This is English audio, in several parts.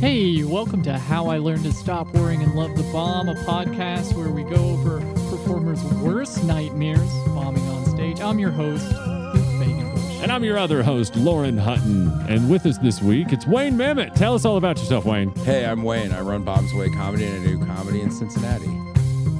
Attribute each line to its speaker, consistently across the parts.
Speaker 1: Hey, welcome to How I Learned to Stop Worrying and Love the Bomb, a podcast where we go over performers' worst nightmares bombing on stage. I'm your host, Luke Fagan Bush.
Speaker 2: And I'm your other host, Lauren Hutton. And with us this week, it's Wayne Mamet. Tell us all about yourself, Wayne.
Speaker 3: Hey, I'm Wayne. I run Bob's Way Comedy and I do comedy in Cincinnati.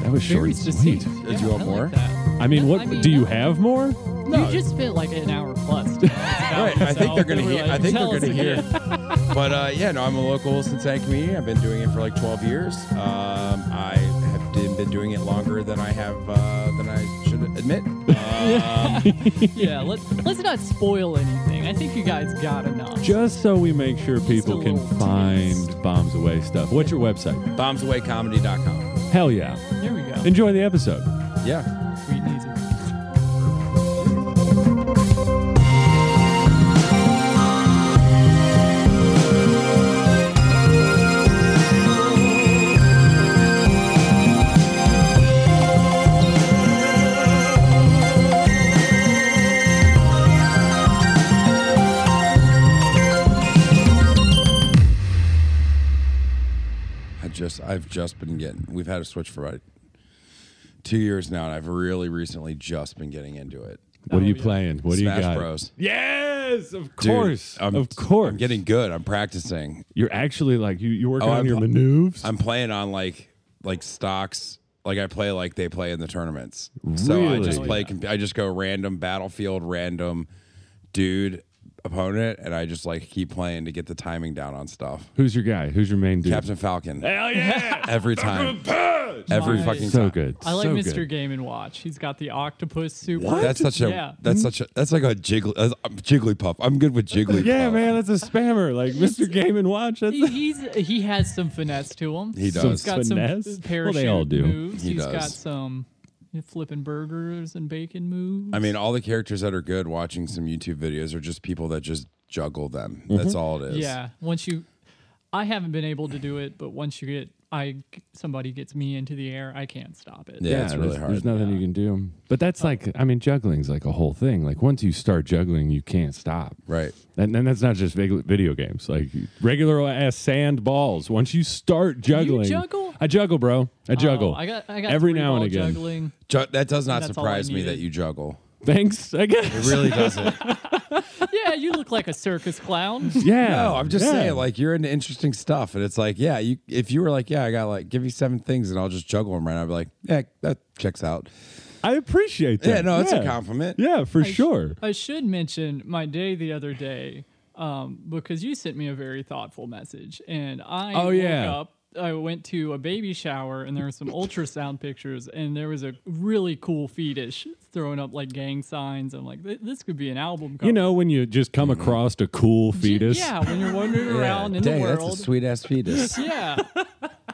Speaker 2: That was
Speaker 1: Very
Speaker 2: short.
Speaker 1: succinct.
Speaker 3: Did you want
Speaker 1: I
Speaker 3: more?
Speaker 1: Like that.
Speaker 2: I mean,
Speaker 1: Yeah,
Speaker 2: what
Speaker 1: I mean,
Speaker 2: do you
Speaker 1: no.
Speaker 2: have more?
Speaker 3: No.
Speaker 1: You just spent like an hour plus. to tell us about
Speaker 3: Right. I think
Speaker 1: yourself.
Speaker 3: they're gonna
Speaker 1: You were
Speaker 3: hear.
Speaker 1: like,
Speaker 3: I think they're
Speaker 1: "Tell us
Speaker 3: gonna hear.
Speaker 1: again."
Speaker 3: but uh, yeah, no, I'm a local Cincinnati comedian. I've been doing it for like 12 years. Um, I have d- been doing it longer than I have uh, than I should admit. Um,
Speaker 1: yeah, let's let's not spoil anything. I think you guys got enough.
Speaker 2: Just so we make sure people
Speaker 1: a
Speaker 2: can
Speaker 1: little
Speaker 2: find
Speaker 1: taste.
Speaker 2: Bombs Away stuff. What's your website?
Speaker 3: BombsAwayComedy.com.
Speaker 2: Hell yeah.
Speaker 1: There we go.
Speaker 2: Enjoy the episode.
Speaker 3: Yeah.
Speaker 1: Sweet and easy.
Speaker 3: I just I've just been getting. We've had a switch for about two years now, and I've really recently just been getting into it.
Speaker 1: Oh,
Speaker 2: What are you
Speaker 1: yeah.
Speaker 2: playing? What do you
Speaker 3: Smash
Speaker 2: got?
Speaker 3: Bros.
Speaker 2: Yes, of
Speaker 3: Dude,
Speaker 2: course.
Speaker 3: I'm-
Speaker 2: of course.
Speaker 3: I'm getting good. I'm practicing.
Speaker 2: You're actually like you. You work
Speaker 3: Oh,
Speaker 2: on
Speaker 3: I'm-
Speaker 2: your maneuvers.
Speaker 3: I'm playing on like like stocks. Like I play like they play in the tournaments. So I
Speaker 2: Really? Oh,
Speaker 3: just play.
Speaker 1: Yeah.
Speaker 3: comp I just go random battlefield, random dude opponent, and I just like keep playing to get the timing down on stuff.
Speaker 2: Who's your guy? Who's your main dude?
Speaker 3: Captain Falcon
Speaker 2: Hell yeah!
Speaker 3: every time, every
Speaker 1: Nice.
Speaker 3: fucking
Speaker 2: so
Speaker 3: time.
Speaker 2: good.
Speaker 1: I like
Speaker 2: so
Speaker 1: Mr.
Speaker 2: Good.
Speaker 1: Game and Watch. He's got the octopus soup.
Speaker 3: That's such a.
Speaker 1: Yeah.
Speaker 3: That's such a. That's like a jiggly. Uh, Jigglypuff. I'm good with Jigglypuff.
Speaker 2: Yeah, man, that's a spammer. Like Mr. Game and Watch. That's
Speaker 1: He- He's he has some finesse to him.
Speaker 3: He does.
Speaker 1: He's got
Speaker 2: Finesse?
Speaker 1: some parachute
Speaker 2: Well, they all do.
Speaker 1: moves.
Speaker 3: He
Speaker 1: has
Speaker 3: does.
Speaker 1: got some flipping burgers and bacon moves.
Speaker 3: I mean, all the characters that are good watching some YouTube videos are just people that just juggle them.
Speaker 2: Mm-hmm.
Speaker 3: That's all it is.
Speaker 1: yeah. Once you, I haven't been able to do it, but once you get, I somebody gets me into the air, I can't stop it.
Speaker 3: Yeah, it's really
Speaker 2: there's, There's
Speaker 3: hard.
Speaker 2: nothing you can do. But that's like, I mean, juggling's like a whole thing. Like once you start juggling, you can't stop.
Speaker 3: Right.
Speaker 2: And then that's not just vig- video games. Like regular ass sand balls. Once you start juggling,
Speaker 1: juggle?
Speaker 2: I juggle, bro. I juggle.
Speaker 1: Oh, I got. I got
Speaker 2: every
Speaker 1: three
Speaker 2: now and
Speaker 1: ball
Speaker 2: again.
Speaker 1: Juggling.
Speaker 3: Ju- that does not
Speaker 1: That's all I
Speaker 3: surprise me
Speaker 1: needed.
Speaker 3: that you juggle.
Speaker 2: Thanks. I guess.
Speaker 3: It really doesn't.
Speaker 1: Yeah, you look like a circus clown.
Speaker 2: Yeah.
Speaker 3: No, I'm just
Speaker 2: yeah.
Speaker 3: saying, like you're into interesting stuff, and it's like, yeah, you if you were like, yeah, I got like give me seven things, and I'll just juggle them right. I'd be like, yeah, that checks out.
Speaker 2: I appreciate that.
Speaker 3: Yeah, no, it's a compliment.
Speaker 2: Yeah, for
Speaker 1: sh-
Speaker 2: sure.
Speaker 1: I should mention my day the other day um, because you sent me a very thoughtful message, and I
Speaker 2: Oh,
Speaker 1: woke
Speaker 2: yeah.
Speaker 1: up. I went to a baby shower, and there were some ultrasound pictures, and there was a really cool fetish throwing up like gang signs. I'm like, "Th- this could be an album. Cover.
Speaker 2: You know, when you just come across a cool
Speaker 1: J-
Speaker 2: fetus.
Speaker 1: Yeah, when you're wandering
Speaker 3: Yeah.
Speaker 1: around in
Speaker 3: Dang,
Speaker 1: the world.
Speaker 3: that's a sweet ass fetus.
Speaker 1: yeah.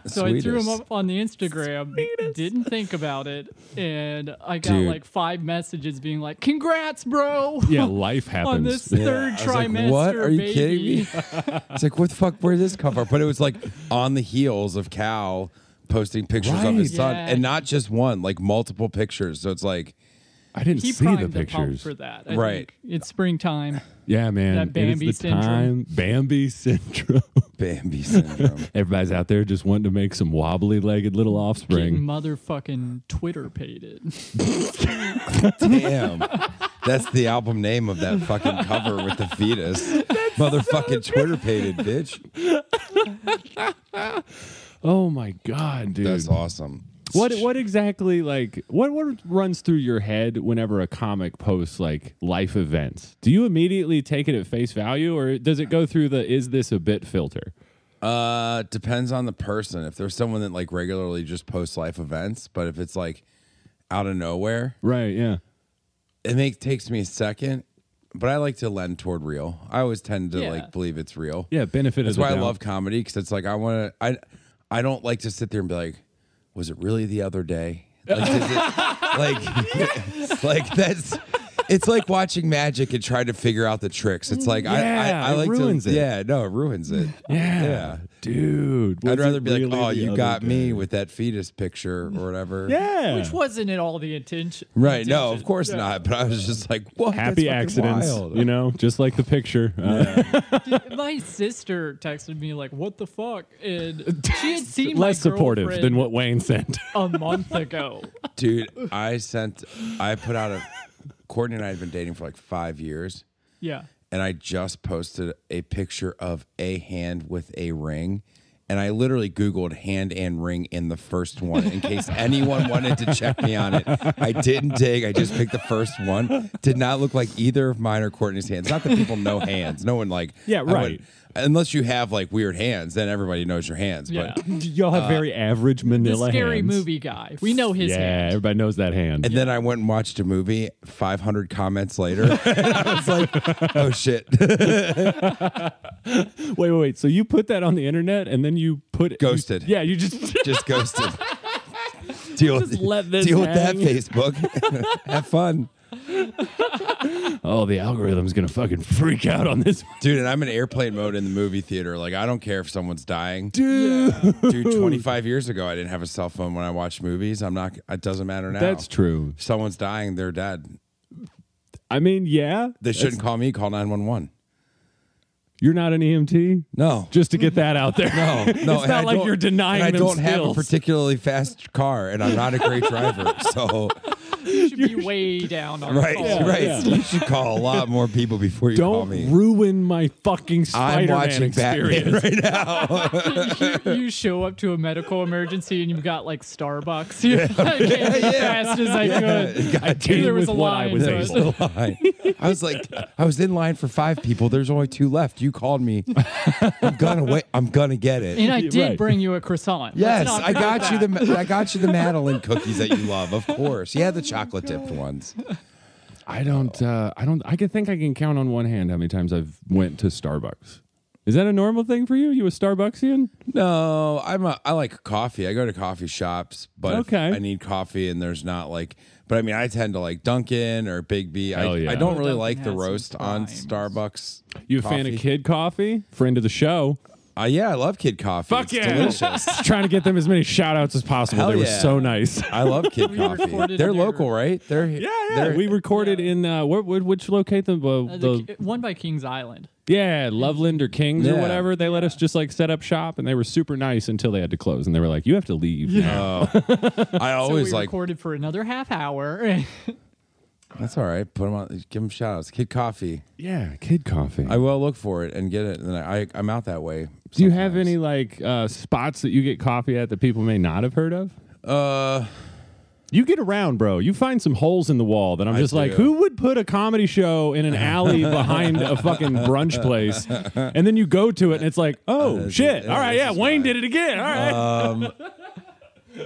Speaker 1: So I threw them up on the Instagram, didn't think about it, and I got
Speaker 3: Dude.
Speaker 1: like five messages being like, "Congrats, bro!"
Speaker 2: Yeah, life happens.
Speaker 1: on this
Speaker 2: Yeah.
Speaker 1: third
Speaker 3: I was like,
Speaker 1: trimester.
Speaker 3: what? Are you kidding
Speaker 1: baby."
Speaker 3: me? it's like, what the fuck? Where did this come from? But it was like on the heels of Cal posting pictures of his
Speaker 1: Right.
Speaker 3: son,
Speaker 1: Yeah.
Speaker 3: and not just one, like multiple pictures. So it's like,
Speaker 2: I didn't
Speaker 1: He
Speaker 2: see
Speaker 1: primed
Speaker 2: the
Speaker 1: the, pump
Speaker 2: pictures.
Speaker 1: for that. I
Speaker 3: Right.
Speaker 1: think. It's springtime.
Speaker 2: Yeah, man.
Speaker 1: That
Speaker 2: it is
Speaker 1: Bambi
Speaker 2: the
Speaker 1: syndrome.
Speaker 2: Time. Bambi syndrome.
Speaker 3: Bambi syndrome.
Speaker 2: Everybody's out there just wanting to make some wobbly legged little
Speaker 1: Getting
Speaker 2: offspring.
Speaker 1: motherfucking Twitter pated.
Speaker 3: Damn. That's the album name of that fucking cover with the fetus. Motherfucking Twitter pated, bitch.
Speaker 2: Oh my god, dude.
Speaker 3: That's awesome.
Speaker 2: What what exactly like what what runs through your head whenever a comic posts like life events? Do you immediately take it at face value or does it go through the is this a bit filter?
Speaker 3: Uh, depends on the person. If there's someone that like regularly just posts life events, but if it's like out of nowhere,
Speaker 2: Right, yeah.
Speaker 3: it makes takes me a second. But I like to lend toward real. I always tend to
Speaker 1: Yeah.
Speaker 3: like believe it's real.
Speaker 2: Yeah, benefit of
Speaker 3: That's
Speaker 2: the
Speaker 3: why I
Speaker 2: doubt.
Speaker 3: love comedy because it's like I want to. I I don't like to sit there and be like, was it really the other day? Like, is it, like, like that's it's like watching magic and trying to figure out the tricks. It's like
Speaker 2: Yeah,
Speaker 3: I, I, I
Speaker 2: it
Speaker 3: like
Speaker 2: ruins
Speaker 3: to,
Speaker 2: it.
Speaker 3: Yeah, no, it ruins it.
Speaker 2: Yeah.
Speaker 3: Yeah.
Speaker 2: Dude. was
Speaker 3: I'd
Speaker 2: it
Speaker 3: rather be
Speaker 2: really
Speaker 3: like, oh,
Speaker 2: the
Speaker 3: you
Speaker 2: other
Speaker 3: got
Speaker 2: day?"
Speaker 3: me with that fetus picture or whatever.
Speaker 2: Yeah.
Speaker 1: Which wasn't at all the intention.
Speaker 3: Right. No,
Speaker 1: intention.
Speaker 3: of course not. But I was just like, what?
Speaker 2: Happy accidents, you know, just like the picture. Uh,
Speaker 1: My sister texted me like, "What the fuck?" And she had seen my
Speaker 2: less supportive
Speaker 1: girlfriend
Speaker 2: than what Wayne sent.
Speaker 1: a month ago.
Speaker 3: Dude, I sent, I put out a, Courtney and I had been dating for like five years.
Speaker 1: Yeah,
Speaker 3: and I just posted a picture of a hand with a ring. And I literally Googled hand and ring in the first one in case anyone wanted to check me on it. I didn't dig. I just picked the first one. Did not look like either of mine or Courtney's hands. Not that people know hands. No one like.
Speaker 2: Yeah,
Speaker 3: I would-
Speaker 2: right.
Speaker 3: unless you have like weird hands, then everybody knows your hands.
Speaker 1: yeah.
Speaker 3: But,
Speaker 2: Y'all have very average
Speaker 1: The
Speaker 2: Manila
Speaker 1: scary
Speaker 2: hands.
Speaker 1: movie guy. We know his
Speaker 2: Uh, Yeah,
Speaker 1: hand.
Speaker 2: everybody knows that hand.
Speaker 3: and then I went and watched a movie 500 comments later. and I was like, oh shit.
Speaker 2: Wait, wait, wait. So you put that on the internet and then you put
Speaker 3: Ghosted.
Speaker 2: you- yeah, you just
Speaker 3: just ghosted. deal
Speaker 1: Just let this
Speaker 3: deal
Speaker 2: hang.
Speaker 3: with that Facebook. Have fun,
Speaker 2: oh, the algorithm's gonna fucking freak out on this,
Speaker 3: dude. And I'm in airplane mode in the movie theater. Like I don't care if someone's dying, dude.
Speaker 2: dude.
Speaker 3: 25 years ago, I didn't have a cell phone when I watched movies. I'm not. It doesn't matter now.
Speaker 2: That's true.
Speaker 3: Someone's dying. They're dead.
Speaker 2: I mean, yeah,
Speaker 3: They shouldn't call me. Call 911.
Speaker 2: you're not an EMT.
Speaker 3: No.
Speaker 2: Just to get that out there.
Speaker 3: no, no, and
Speaker 2: it's
Speaker 3: I
Speaker 2: not like
Speaker 3: don't-
Speaker 2: you're denying
Speaker 3: And I
Speaker 2: them
Speaker 3: don't have a
Speaker 2: skills.
Speaker 3: particularly fast car, and I'm not a great driver. So,
Speaker 1: You should be way down on
Speaker 3: right,
Speaker 1: The phone.
Speaker 3: right.
Speaker 2: yeah.
Speaker 3: You should call a lot more people before you call
Speaker 2: Don't
Speaker 3: me.
Speaker 2: ruin my fucking
Speaker 3: I'm
Speaker 2: Spider-Man
Speaker 3: watching
Speaker 2: experience.
Speaker 3: Batman right now.
Speaker 1: you, you show up to a medical emergency and you've got like Starbucks. You're like, "Came as fast as I could.
Speaker 2: I came
Speaker 1: there was
Speaker 2: with
Speaker 1: a
Speaker 2: what
Speaker 1: line,
Speaker 2: I was
Speaker 1: so I
Speaker 2: able.
Speaker 1: said-
Speaker 3: There's a line. I was like, I was in line for five people. There's only two left. You called me. I'm gonna wait. I'm gonna get
Speaker 1: And
Speaker 3: it.
Speaker 1: I
Speaker 2: You're
Speaker 1: did
Speaker 2: right.
Speaker 1: bring you a croissant.
Speaker 3: Yes,
Speaker 1: Let's not
Speaker 3: I got
Speaker 1: forget
Speaker 3: you
Speaker 1: that.
Speaker 3: the I got you the Madeline cookies that you love, of course. Yeah, the chocolate dipped ones.
Speaker 2: I don't. Uh, I don't. I can think I can count on one hand how many times I've went to Starbucks. Is that a normal thing for you? You a Starbucksian?
Speaker 3: No, I'm a I like coffee. I go to coffee shops, but if
Speaker 2: Okay.
Speaker 3: I need coffee and there's not like. But I mean, I tend to like Dunkin' or Big B. I,
Speaker 2: Hell yeah.
Speaker 3: I don't really
Speaker 1: Dunkin'
Speaker 3: like the
Speaker 1: has some
Speaker 3: roast on
Speaker 1: primes.
Speaker 3: Starbucks.
Speaker 2: You a fan
Speaker 3: coffee.
Speaker 2: of Kid Coffee? Friend of the show.
Speaker 3: Uh, yeah, I love Kid Coffee.
Speaker 2: Fuck
Speaker 3: it's
Speaker 2: yeah.
Speaker 3: delicious.
Speaker 2: Trying to get them as many shout outs as possible.
Speaker 3: Hell
Speaker 2: they were
Speaker 3: yeah.
Speaker 2: so nice.
Speaker 3: I love Kid
Speaker 1: We
Speaker 3: Coffee.
Speaker 1: recorded
Speaker 3: They're
Speaker 1: near-
Speaker 3: local, right? They're
Speaker 2: Yeah, yeah.
Speaker 3: they're-
Speaker 2: We recorded in uh, where, where, which location? The,
Speaker 1: Uh,
Speaker 2: the,
Speaker 1: the- one by King's Island.
Speaker 2: yeah, Loveland or Kings or
Speaker 3: Yeah.
Speaker 2: whatever. They let us just like set up shop, and they were super nice until they had to close, and they were like, "You have to leave." now."
Speaker 3: I always
Speaker 1: so we
Speaker 3: like
Speaker 1: recorded for another half hour.
Speaker 3: that's all right. Put them on. Give them shout outs. Kid Coffee.
Speaker 2: Yeah, Kid Coffee.
Speaker 3: I will look for it and get it. And then I I'm out that way.
Speaker 2: Do you have
Speaker 3: sometimes.
Speaker 2: any like uh, spots that you get coffee at that people may not have heard of?
Speaker 3: Uh,
Speaker 2: You get around, bro. You find some holes in the wall that I'm
Speaker 3: I
Speaker 2: just like,
Speaker 3: do.
Speaker 2: who would put a comedy show in an alley behind a fucking brunch place? And then you go to it and it's like, oh
Speaker 3: Uh,
Speaker 2: shit.
Speaker 3: yeah,
Speaker 2: All right,
Speaker 3: this
Speaker 2: yeah,
Speaker 3: is Uh,
Speaker 2: Wayne
Speaker 3: why.
Speaker 2: did it again. All right.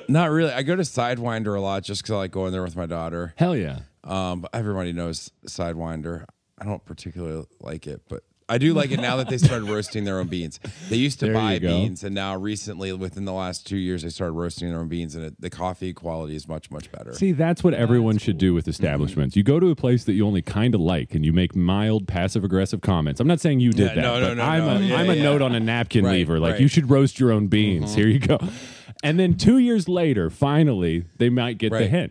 Speaker 3: not really. I go to Sidewinder a lot just because I like going there with my daughter.
Speaker 2: Hell yeah.
Speaker 3: Um, but everybody knows Sidewinder. I don't particularly like it, but I do like it now that they started roasting their own beans. They used to
Speaker 2: There you
Speaker 3: buy
Speaker 2: go.
Speaker 3: beans, and now recently, within the last two years, they started roasting their own beans, and it, the coffee quality is much much better.
Speaker 2: See, that's what everyone should do
Speaker 3: Mm-hmm.
Speaker 2: with establishments. You go to a place that you only kind of like and you make mild passive aggressive comments. I'm not saying you did
Speaker 3: Yeah,
Speaker 2: that.
Speaker 3: no, no,
Speaker 2: but
Speaker 3: no,
Speaker 2: I'm
Speaker 3: no.
Speaker 2: a,
Speaker 3: Yeah,
Speaker 2: am a
Speaker 3: yeah.
Speaker 2: note on a napkin
Speaker 3: Right,
Speaker 2: lever. Like,
Speaker 3: right. Mm-hmm.
Speaker 2: you should roast your own beans. Here you go. And then two years later, finally, they might get the
Speaker 3: Right.
Speaker 2: hint.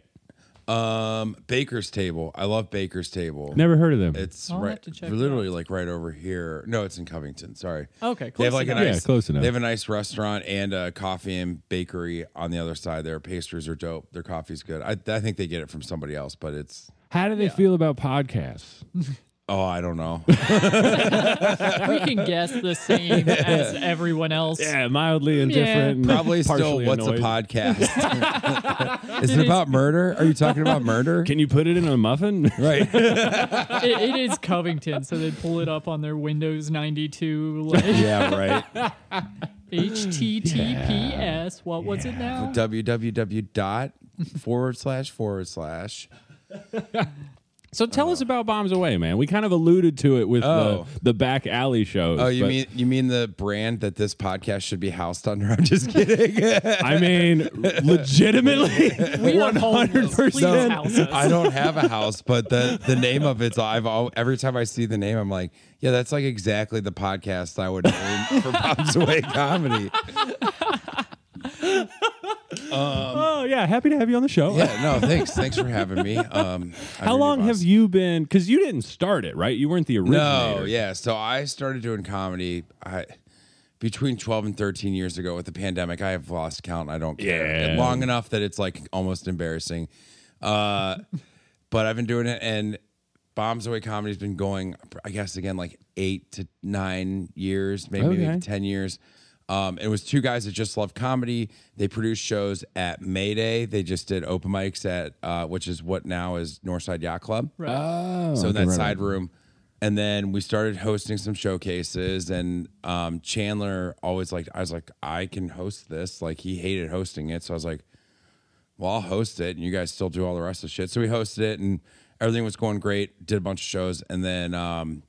Speaker 3: Um, Baker's Table. I love Baker's Table.
Speaker 2: Never heard of them.
Speaker 3: It's
Speaker 1: I'll
Speaker 3: right,
Speaker 1: have to check it
Speaker 3: literally like right over here. No, it's in Covington. Sorry.
Speaker 1: Okay,
Speaker 3: They
Speaker 1: close
Speaker 3: have like a
Speaker 1: enough.
Speaker 2: Yeah,
Speaker 3: nice,
Speaker 2: close enough.
Speaker 3: They have a nice restaurant and a coffee and bakery on the other side. Their pastries are dope. Their coffee's good. I, I think they get it from somebody else, but it's
Speaker 2: How do they feel about podcasts?
Speaker 3: oh, I don't know.
Speaker 1: we can guess the same as everyone else.
Speaker 2: Yeah, mildly indifferent. and
Speaker 3: Probably still.
Speaker 2: partially
Speaker 3: What's
Speaker 2: annoyed.
Speaker 3: a podcast? Is it about murder? Are you talking about murder?
Speaker 2: Can you put it in a muffin?
Speaker 3: Right.
Speaker 1: It, it is Covington, so they pull it up on their Windows 92 like
Speaker 3: yeah. Right.
Speaker 1: HTTPS. What was it now?
Speaker 3: www dot forward slash forward slash
Speaker 2: So tell us about Bombs Away, man. We kind of alluded to it with
Speaker 3: Oh.
Speaker 2: the, the back alley shows.
Speaker 3: Oh, you
Speaker 2: but-
Speaker 3: mean you mean the brand that this podcast should be housed under? I'm just kidding.
Speaker 2: I mean, legitimately,
Speaker 1: We are
Speaker 2: one hundred
Speaker 1: homeless. Please
Speaker 2: percent.
Speaker 1: house us.
Speaker 3: I don't have a house, but the the name of it's I've all, every time I see the name, I'm like, yeah, that's like exactly the podcast I would name for Bob's Away Comedy.
Speaker 2: Oh yeah, happy to have you on the show.
Speaker 3: Yeah, no, thanks, thanks for having me. Um,
Speaker 2: How
Speaker 3: I really
Speaker 2: long
Speaker 3: lost-
Speaker 2: have you been? Because you didn't start it, right? You weren't the originator.
Speaker 3: No, yeah. So I started doing comedy I, between 12 and 13 years ago with the pandemic. I have lost count. I don't care.
Speaker 2: Yeah.
Speaker 3: Long enough that it's like almost embarrassing. Uh, but I've been doing it, and Bombs Away Comedy's been going, I guess, again, like eight to nine years, maybe,
Speaker 2: Okay.
Speaker 3: maybe 10 years. Um, it was two guys that just love comedy. They produced shows at Mayday. They just did open mics at, uh, which is what now is Northside Yacht Club
Speaker 2: Oh,
Speaker 3: so in
Speaker 2: okay,
Speaker 3: that
Speaker 2: right,
Speaker 3: side room and then we started hosting some showcases and um, chandler always like i was like i can host this like he hated hosting it so i was like well i'll host it and you guys still do all the rest of the shit so we hosted it and everything was going great did a bunch of shows and then um,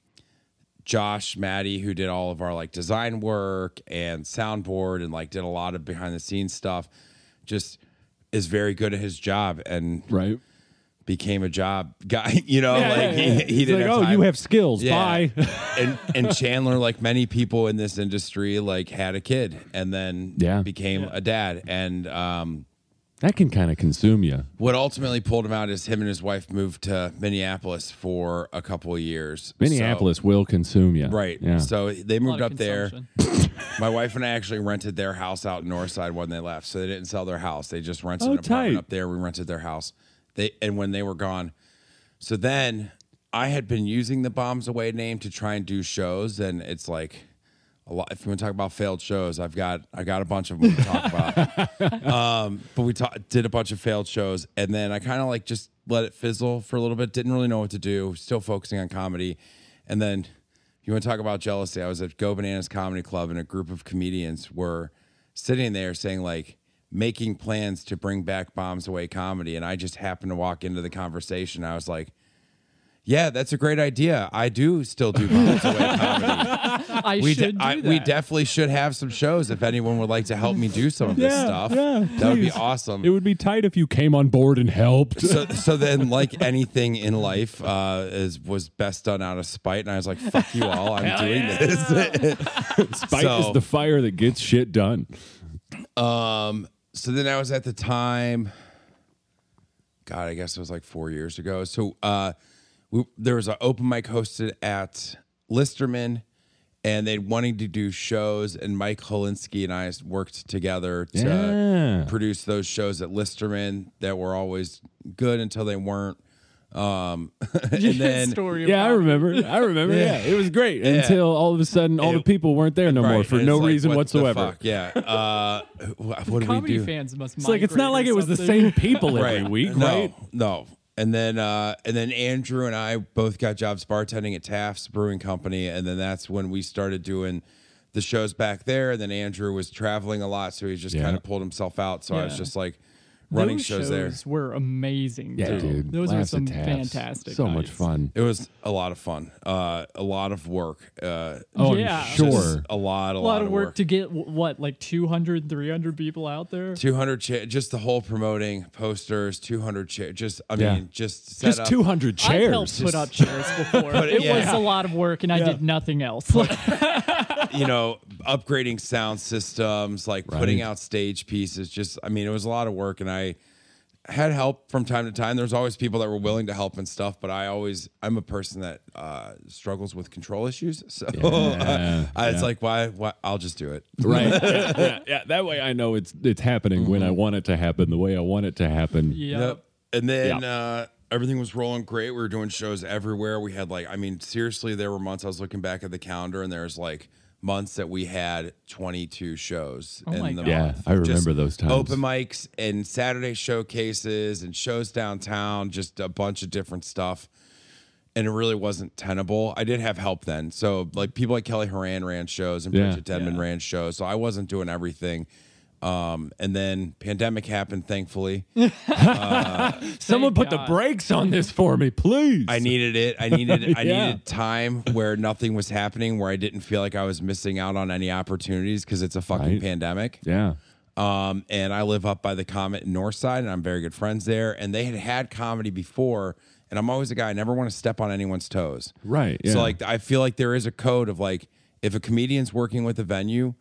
Speaker 3: josh maddie who did all of our like design work and soundboard and like did a lot of behind the scenes stuff just is very good at his job and
Speaker 2: right.
Speaker 3: became a job guy. You know,
Speaker 2: Yeah,
Speaker 3: like
Speaker 2: yeah,
Speaker 3: he,
Speaker 2: yeah.
Speaker 3: he
Speaker 2: It's
Speaker 3: didn't.
Speaker 2: like,
Speaker 3: have
Speaker 2: oh,
Speaker 3: time.
Speaker 2: you have skills.
Speaker 3: Yeah.
Speaker 2: Bye.
Speaker 3: and and Chandler, like many people in this industry, like had a kid and then
Speaker 2: Yeah.
Speaker 3: became a dad. And um,
Speaker 2: That can kind of consume you.
Speaker 3: what ultimately pulled him out is him and his wife moved to Minneapolis for a couple of years.
Speaker 2: Minneapolis will consume you.
Speaker 3: So- right.
Speaker 2: Yeah.
Speaker 3: So they
Speaker 1: A lot
Speaker 3: moved
Speaker 1: of
Speaker 3: up there.
Speaker 1: consumption.
Speaker 3: My wife and I actually rented their house out in Northside when they left. So they didn't sell their house. They just rented
Speaker 2: Oh,
Speaker 3: an apartment
Speaker 2: tight.
Speaker 3: up there. We rented their house. They and when they were gone. So then I had been using the Bombs Away name to try and do shows, and it's like a lot if you want to talk about failed shows, I've got I got a bunch of them to talk about. um, but we ta- did a bunch of failed shows and then I kind of like just let it fizzle for a little bit, didn't really know what to do, still focusing on comedy. And then you want to talk about jealousy. I was at Go Bananas Comedy Club and a group of comedians were sitting there saying like making plans to bring back bombs away comedy and I just happened to walk into the conversation. I was like, "Yeah, that's a great idea. I do still do bombs away comedy."
Speaker 1: I
Speaker 3: we de-
Speaker 1: should do
Speaker 3: I-
Speaker 1: that.
Speaker 3: we definitely should have some shows if anyone would like to help me do some of this
Speaker 2: Yeah,
Speaker 3: stuff.
Speaker 2: yeah,
Speaker 3: that would be
Speaker 2: please.
Speaker 3: awesome.
Speaker 2: It would be tight if you came on board and helped.
Speaker 3: so, so then, like anything in life, uh, is was best done out of spite, and I was like, "Fuck you all! I'm doing this."
Speaker 2: Spite
Speaker 3: So-
Speaker 2: is the fire that gets shit done.
Speaker 3: Um, so then I was at the time, God, I guess it was like four years ago. So uh, we, there was an open mic hosted at Listerman, and they wanted to do shows, and Mike Holinsky and I worked together to
Speaker 2: Yeah.
Speaker 3: produce those shows at Listerman that were always good until they weren't. Um, and then
Speaker 1: story
Speaker 2: Yeah, I
Speaker 1: about-
Speaker 2: remember. I remember. yeah. it was great until all of a sudden all the
Speaker 3: It-
Speaker 2: people weren't there no more
Speaker 3: Right,
Speaker 2: for
Speaker 3: and
Speaker 2: no
Speaker 3: it's like,
Speaker 2: reason
Speaker 3: what the
Speaker 2: whatsoever.
Speaker 3: fuck? Yeah. Uh, what, what do we
Speaker 1: Comedy
Speaker 3: do?
Speaker 1: fans must.
Speaker 2: It's like it's not like
Speaker 1: migrate
Speaker 2: it
Speaker 1: or
Speaker 2: was the
Speaker 1: something.
Speaker 2: same people every week,
Speaker 3: no,
Speaker 2: right?
Speaker 3: No. And then uh, and then Andrew and I both got jobs bartending at Taft's Brewing Company, and then that's when we started doing the shows back there. And then Andrew was traveling a lot, so he just
Speaker 2: Yeah.
Speaker 3: kind of pulled himself out. So I was
Speaker 1: Yeah.
Speaker 3: just like running
Speaker 1: Those
Speaker 3: shows, there.
Speaker 1: were amazing.
Speaker 2: Yeah,
Speaker 1: too.
Speaker 2: dude.
Speaker 1: Those were
Speaker 2: Laughs at
Speaker 1: some
Speaker 2: Taps.
Speaker 1: fantastic.
Speaker 2: So much
Speaker 1: nights.
Speaker 2: fun.
Speaker 3: It was a lot of fun, uh, a lot of work. Uh,
Speaker 2: Oh, I'm
Speaker 1: Yeah. Just
Speaker 2: sure.
Speaker 3: just a lot,
Speaker 1: A
Speaker 3: a,
Speaker 1: lot of work to get wh- what like 200, 300 people out there.
Speaker 3: 200 cha- just the whole promoting posters 200 cha- just i mean
Speaker 2: Yeah.
Speaker 3: just set
Speaker 2: Just
Speaker 3: up.
Speaker 2: 200
Speaker 1: I
Speaker 2: chairs.
Speaker 1: helped put up chairs before. it
Speaker 3: yeah.
Speaker 1: was a lot of work, and I did nothing else. Like,
Speaker 3: you know, upgrading sound systems, like putting out stage pieces. Just, I mean, it was a lot of work, and I had help from time to time. There's always people that were willing to help and stuff, but I always, I'm a person that uh, struggles with control issues, so uh, I, it's like, why, why? I'll just do it.
Speaker 2: right. yeah, yeah, yeah. That way I know it's it's happening when
Speaker 3: Mm-hmm.
Speaker 2: I want it to happen, the way I want it to happen.
Speaker 1: yeah.
Speaker 3: And then
Speaker 2: Yep.
Speaker 3: uh, everything was rolling great. We were doing shows everywhere. We had like, I mean, seriously, there were months I was looking back at the calendar, and there's like months that we had 22 shows
Speaker 1: Oh my
Speaker 3: in the
Speaker 1: God.
Speaker 2: Yeah,
Speaker 3: month.
Speaker 2: I remember
Speaker 3: Just
Speaker 2: those times.
Speaker 3: Open mics and Saturday showcases and shows downtown, just a bunch of different stuff. And it really wasn't tenable. I did have help then. So, like, people like Kelly Horan ran shows and
Speaker 2: Yeah.
Speaker 3: Bridget Denman ran shows. So, I wasn't doing everything. Um, and then pandemic happened, thankfully.
Speaker 1: Thank
Speaker 2: Someone put
Speaker 1: God.
Speaker 2: the brakes on this for me, please.
Speaker 3: I needed it. I needed I
Speaker 2: Yeah.
Speaker 3: needed time where nothing was happening, where I didn't feel like I was missing out on any opportunities because it's a fucking
Speaker 2: Right.
Speaker 3: pandemic.
Speaker 2: Yeah.
Speaker 3: Um, and I live up by the Comet in Northside, and I'm very good friends there. And they had had comedy before, and I'm always a guy I never want to step on anyone's toes.
Speaker 2: Right, yeah.
Speaker 3: So like, I feel like there is a code of like, if a comedian's working with a venue,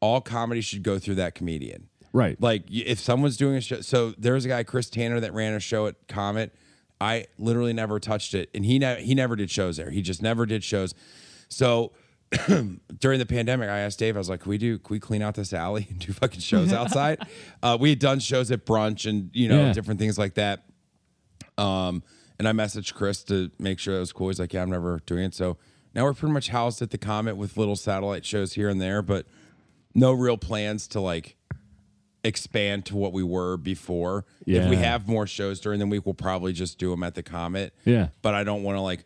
Speaker 3: all comedy should go through that comedian.
Speaker 2: Right.
Speaker 3: Like y- if someone's doing a show, so there was a guy Chris Tanner that ran a show at Comet. I literally never touched it, and he ne- he never did shows there. He just never did shows. So during the pandemic, I asked Dave. I was like, "Can we do? Can we clean out this alley and do fucking shows outside?" uh, we had done shows at brunch and you know
Speaker 2: Yeah.
Speaker 3: different things like that. Um, and I messaged Chris to make sure it was cool. He's like, "Yeah, I'm never doing it." So now we're pretty much housed at the Comet with little satellite shows here and there, but no real plans to like expand to what we were before. If we
Speaker 2: Yeah.
Speaker 3: have more shows during the week, we'll probably just do them at the Comet.
Speaker 2: Yeah.
Speaker 3: But I don't want to like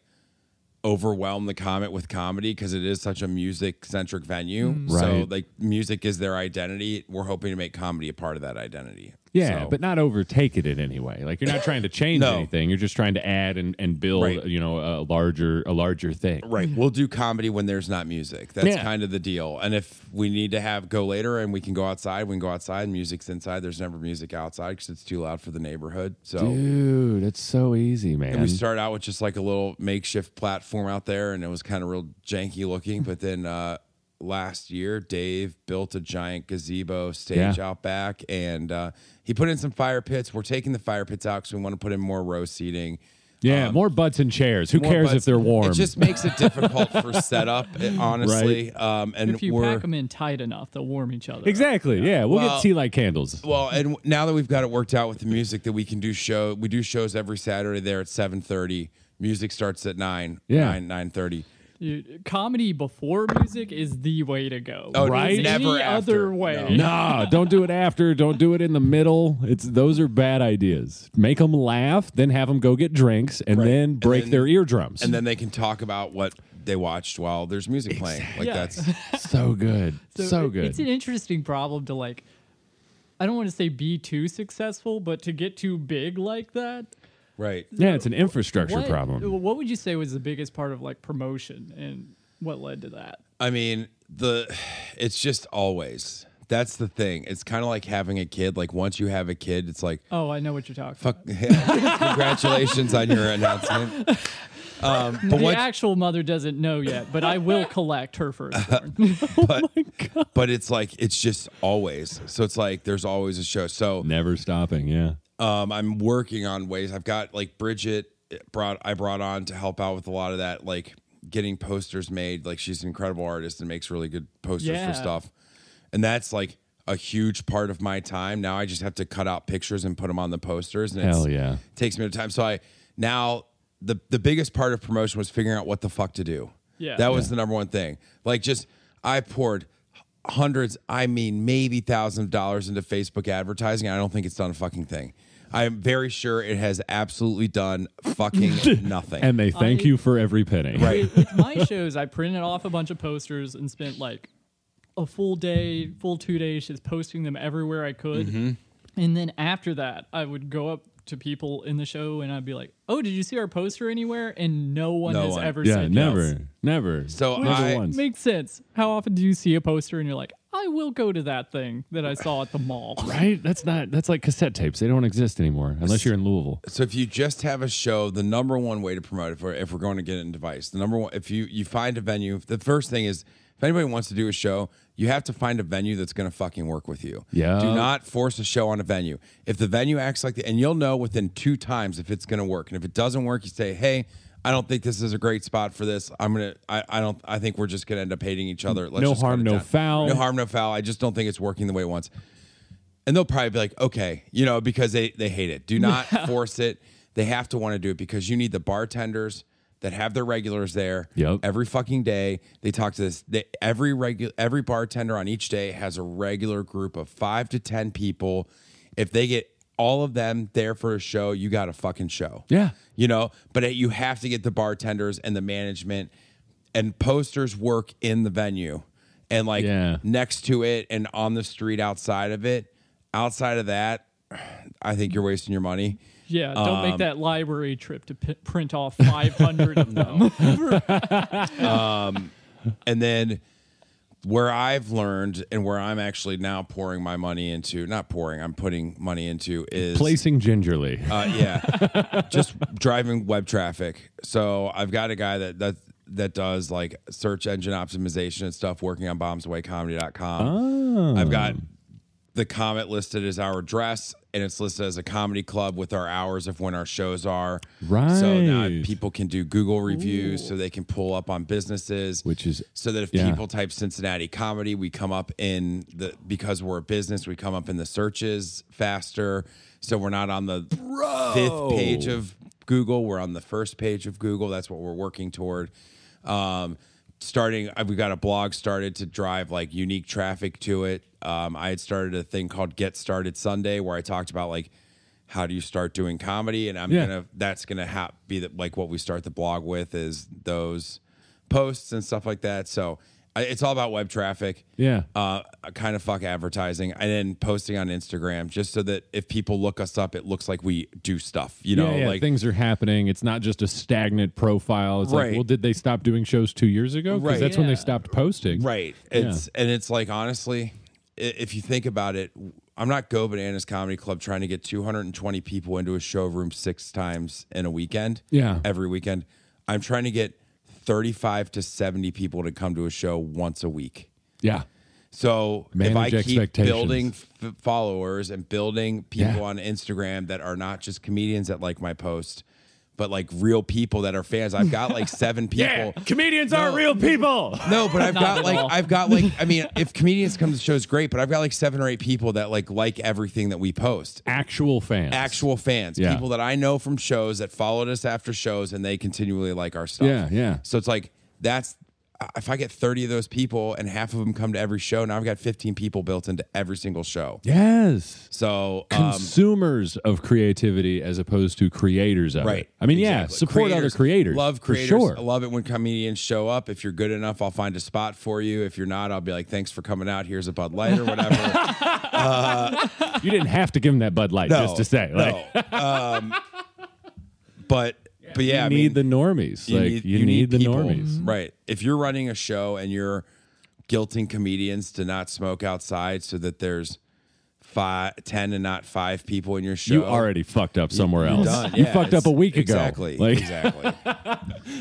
Speaker 3: overwhelm the Comet with comedy because it is such a music centric venue. So
Speaker 2: Mm. Right.
Speaker 3: like music is their identity. We're hoping to make comedy a part of that identity.
Speaker 2: Yeah,
Speaker 3: So-
Speaker 2: but not overtake it in any way. Like you're not trying to change
Speaker 3: No.
Speaker 2: anything. You're just trying to add and, and build,
Speaker 3: Right.
Speaker 2: you know, a larger a larger thing.
Speaker 3: Right. We'll do comedy when there's not music. That's
Speaker 2: Yeah.
Speaker 3: kind of the deal. And if we need to have go later and we can go outside, we can go outside. Music's inside. There's never music outside because it's too loud for the neighborhood. So
Speaker 2: Dude, it's so easy, man.
Speaker 3: we started out with just like a little makeshift platform out there and it was kind of real janky looking. But then uh, last year, Dave built a giant gazebo stage
Speaker 2: Yeah.
Speaker 3: out back and uh, he put in some fire pits. We're taking the fire pits out because we want to put in more row seating.
Speaker 2: yeah, more butts and chairs. Who
Speaker 3: um, more
Speaker 2: cares if
Speaker 3: butts.
Speaker 2: they're warm?
Speaker 3: It just makes it difficult for setup, eh, honestly. Um, and
Speaker 1: If you
Speaker 3: we're,
Speaker 1: pack them in tight enough, they'll warm each other. up.
Speaker 2: exactly. Yeah, we'll
Speaker 3: Well-
Speaker 2: get tea light candles.
Speaker 3: Well, and w- now that we've got it worked out with the music, that we can do show. We do shows every Saturday there at seven thirty. Music starts at nine.
Speaker 2: Yeah.
Speaker 3: nine nine thirty.
Speaker 1: You- comedy before music is the way to go.
Speaker 3: Oh,
Speaker 2: Right?
Speaker 1: Any
Speaker 3: never
Speaker 1: other
Speaker 3: after.
Speaker 1: way.
Speaker 2: nah, don't do it after. Don't do it in the middle. It's those are bad ideas. Make them laugh, then have them go get drinks, and then break
Speaker 3: then-
Speaker 2: their eardrums.
Speaker 3: And then they can talk about what they watched while there's music playing. Like
Speaker 1: Yeah.
Speaker 3: that's
Speaker 2: so good, so,
Speaker 1: it-
Speaker 2: good.
Speaker 1: It's an interesting problem to like. I don't want to say be too successful, but to get too big like that.
Speaker 3: right.
Speaker 2: yeah, it's an infrastructure
Speaker 1: what,
Speaker 2: problem.
Speaker 1: What would you say was the biggest part of like promotion and what led to that?
Speaker 3: I mean, the it's just always. That's the thing. It's kind of like having a kid. Like once you have a kid, it's like
Speaker 1: Oh, I know what you're talking about.
Speaker 3: congratulations on your announcement. Um, but
Speaker 1: The
Speaker 3: once,
Speaker 1: actual mother doesn't know yet, but I will collect her firstborn.
Speaker 3: but, but it's like it's just always. So it's like there's always a show. So
Speaker 2: Never stopping. Yeah.
Speaker 3: um, I'm working on ways. I've got like Bridget brought I brought on to help out with a lot of that, like getting posters made. Like she's an incredible artist and makes really good posters
Speaker 1: Yeah.
Speaker 3: for stuff. And that's like a huge part of my time. Now I just have to cut out pictures and put them on the posters. And
Speaker 2: Hell
Speaker 3: it's-
Speaker 2: yeah.
Speaker 3: takes me to time. So I now the the biggest part of promotion was figuring out what the fuck to do.
Speaker 1: Yeah.
Speaker 3: that was the number one thing. Like just I poured hundreds, I mean maybe thousands of dollars into Facebook advertising. I don't think it's done a fucking thing. I'm very sure it has absolutely done fucking nothing.
Speaker 2: And they thank
Speaker 1: I-
Speaker 2: you for every penny.
Speaker 3: right.
Speaker 1: With my shows, I printed off a bunch of posters and spent like a full day, full two days just posting them everywhere I could.
Speaker 2: Mm-hmm.
Speaker 1: And then after that, I would go up to people in the show and I'd be like, "Oh, did you see our poster anywhere?" And no one
Speaker 3: No
Speaker 1: has
Speaker 3: one.
Speaker 1: ever
Speaker 2: Yeah,
Speaker 1: said
Speaker 2: never,
Speaker 1: yes.
Speaker 2: never.
Speaker 3: So
Speaker 2: never
Speaker 3: I-
Speaker 2: once.
Speaker 1: Makes sense. How often do you see a poster and you're like, "I will go to that thing that I saw at the mall."
Speaker 2: right? That's not. That's like cassette tapes. They don't exist anymore unless you're in Louisville.
Speaker 3: So if you just have a show, the number one way to promote it, if we're, if we're going to get it in device, the number one, if you you find a venue, the first thing is if anybody wants to do a show, you have to find a venue that's going to fucking work with you.
Speaker 2: Yeah.
Speaker 3: Do not force a show on a venue. If the venue acts like that, and you'll know within two times if it's going to work. And if it doesn't work, you say, hey. I don't think this is a great spot for this. I'm gonna. I, I don't. I think we're just gonna end up hating each other. Let's
Speaker 2: No
Speaker 3: just cut
Speaker 2: harm,
Speaker 3: it
Speaker 2: no
Speaker 3: down.
Speaker 2: foul.
Speaker 3: No harm, no foul. I just don't think it's working the way it wants and they'll probably be like, okay, you know, because they they hate it. Do not force it. They have to want to do it because you need the bartenders that have their regulars there
Speaker 2: Yep.
Speaker 3: every fucking day. They talk to this. They, every regular every bartender on each day has a regular group of five to ten people. If they get all of them there for a show, you got a fucking show.
Speaker 2: Yeah.
Speaker 3: You know, but it, you have to get the bartenders and the management and posters work in the venue. and like
Speaker 2: Yeah.
Speaker 3: next to it and on the street outside of it. Outside of that, I think you're wasting your money.
Speaker 1: Yeah, don't
Speaker 2: Um,
Speaker 1: make that library trip to p- print off 500 of them.
Speaker 3: And then where I've learned and where I'm actually now pouring my money into, not pouring, I'm putting money into is
Speaker 2: Placing gingerly.
Speaker 3: Uh, yeah, just driving web traffic. So I've got a guy that that that does like search engine optimization and stuff, working on bombsawaycomedy.com.
Speaker 2: Oh.
Speaker 3: I've got the Comet listed as our address, and it's listed as a comedy club with our hours of when our shows are. So now
Speaker 2: Right.
Speaker 3: people can do Google reviews, so they can pull up on businesses,
Speaker 2: Which is-
Speaker 3: so that if
Speaker 2: yeah.
Speaker 3: people type Cincinnati comedy, we come up in the because we're a business, we come up in the searches faster. So we're not on the fifth page of Google. We're on the first page of Google. That's what we're working toward. Um, starting, uh, we got a blog started to drive like unique traffic to it. Um, I had started a thing called Get Started Sunday where I talked about like how do you start doing comedy, and I'm
Speaker 2: Yeah.
Speaker 3: gonna that's gonna ha- be the, like what we start the blog with is those posts and stuff like that. So I, it's all about web traffic
Speaker 2: yeah.
Speaker 3: uh, kind of fuck advertising and then posting on Instagram just so that if people look us up, it looks like we do stuff, you know,
Speaker 2: yeah, yeah,
Speaker 3: like
Speaker 2: things are happening. It's not just a stagnant profile. It's
Speaker 3: Right.
Speaker 2: like, well, did they stop doing shows two years ago? Because
Speaker 3: Right.
Speaker 2: that's when
Speaker 1: Yeah.
Speaker 2: they stopped posting.
Speaker 3: right. It's and it's like honestly, i- if you think about it, I'm not Go Bananas Comedy Club trying to get 220 people into a showroom six times in a weekend.
Speaker 2: Yeah.
Speaker 3: every weekend. I'm trying to get 35 to 70 people to come to a show once a week.
Speaker 2: Yeah.
Speaker 3: So if I
Speaker 2: Manage
Speaker 3: keep
Speaker 2: expectations.
Speaker 3: building f- followers and building people
Speaker 2: Yeah.
Speaker 3: on Instagram that are not just comedians that like my post, but like real people that are fans, I've got like seven people.
Speaker 2: Comedians
Speaker 3: aren't No. real
Speaker 2: people.
Speaker 3: No, but I've got
Speaker 1: at
Speaker 3: like
Speaker 1: all.
Speaker 3: I've got like I mean, if comedians come to shows, great. But I've got like seven or eight people that like like everything that we post.
Speaker 2: Actual fans.
Speaker 3: Actual fans,
Speaker 2: Yeah.
Speaker 3: people that I know from shows that followed us after shows, and they continually like our stuff.
Speaker 2: Yeah, yeah.
Speaker 3: So it's like that's if I get thirty of those people, and half of them come to every show. Now I've got fifteen people built into every single show.
Speaker 2: Yes.
Speaker 3: So um,
Speaker 2: Consumers of creativity as opposed to creators of
Speaker 3: right,
Speaker 2: it. I mean, yeah,
Speaker 3: Exactly.
Speaker 2: support other creators.
Speaker 3: Love creators.
Speaker 2: For sure.
Speaker 3: I love it when comedians show up. If you're good enough, I'll find a spot for you. If you're not, I'll be like, thanks for coming out. Here's a Bud Light or whatever.
Speaker 2: you didn't have to give them that Bud Light
Speaker 3: no,
Speaker 2: just to say. Like,
Speaker 3: no. Um, but but yeah, I
Speaker 2: you
Speaker 3: mean,
Speaker 2: need the normies. like, you, need, the
Speaker 3: people.
Speaker 2: normies.
Speaker 3: Right. If you're running a show and you're guilting comedians to not smoke outside so that there's five, 10 and not five people in your show.
Speaker 2: You already fucked up somewhere else.
Speaker 3: done.
Speaker 2: You
Speaker 3: Yeah,
Speaker 2: fucked up
Speaker 3: it's-
Speaker 2: a week ago.
Speaker 3: Exactly.
Speaker 2: Like,
Speaker 3: exactly.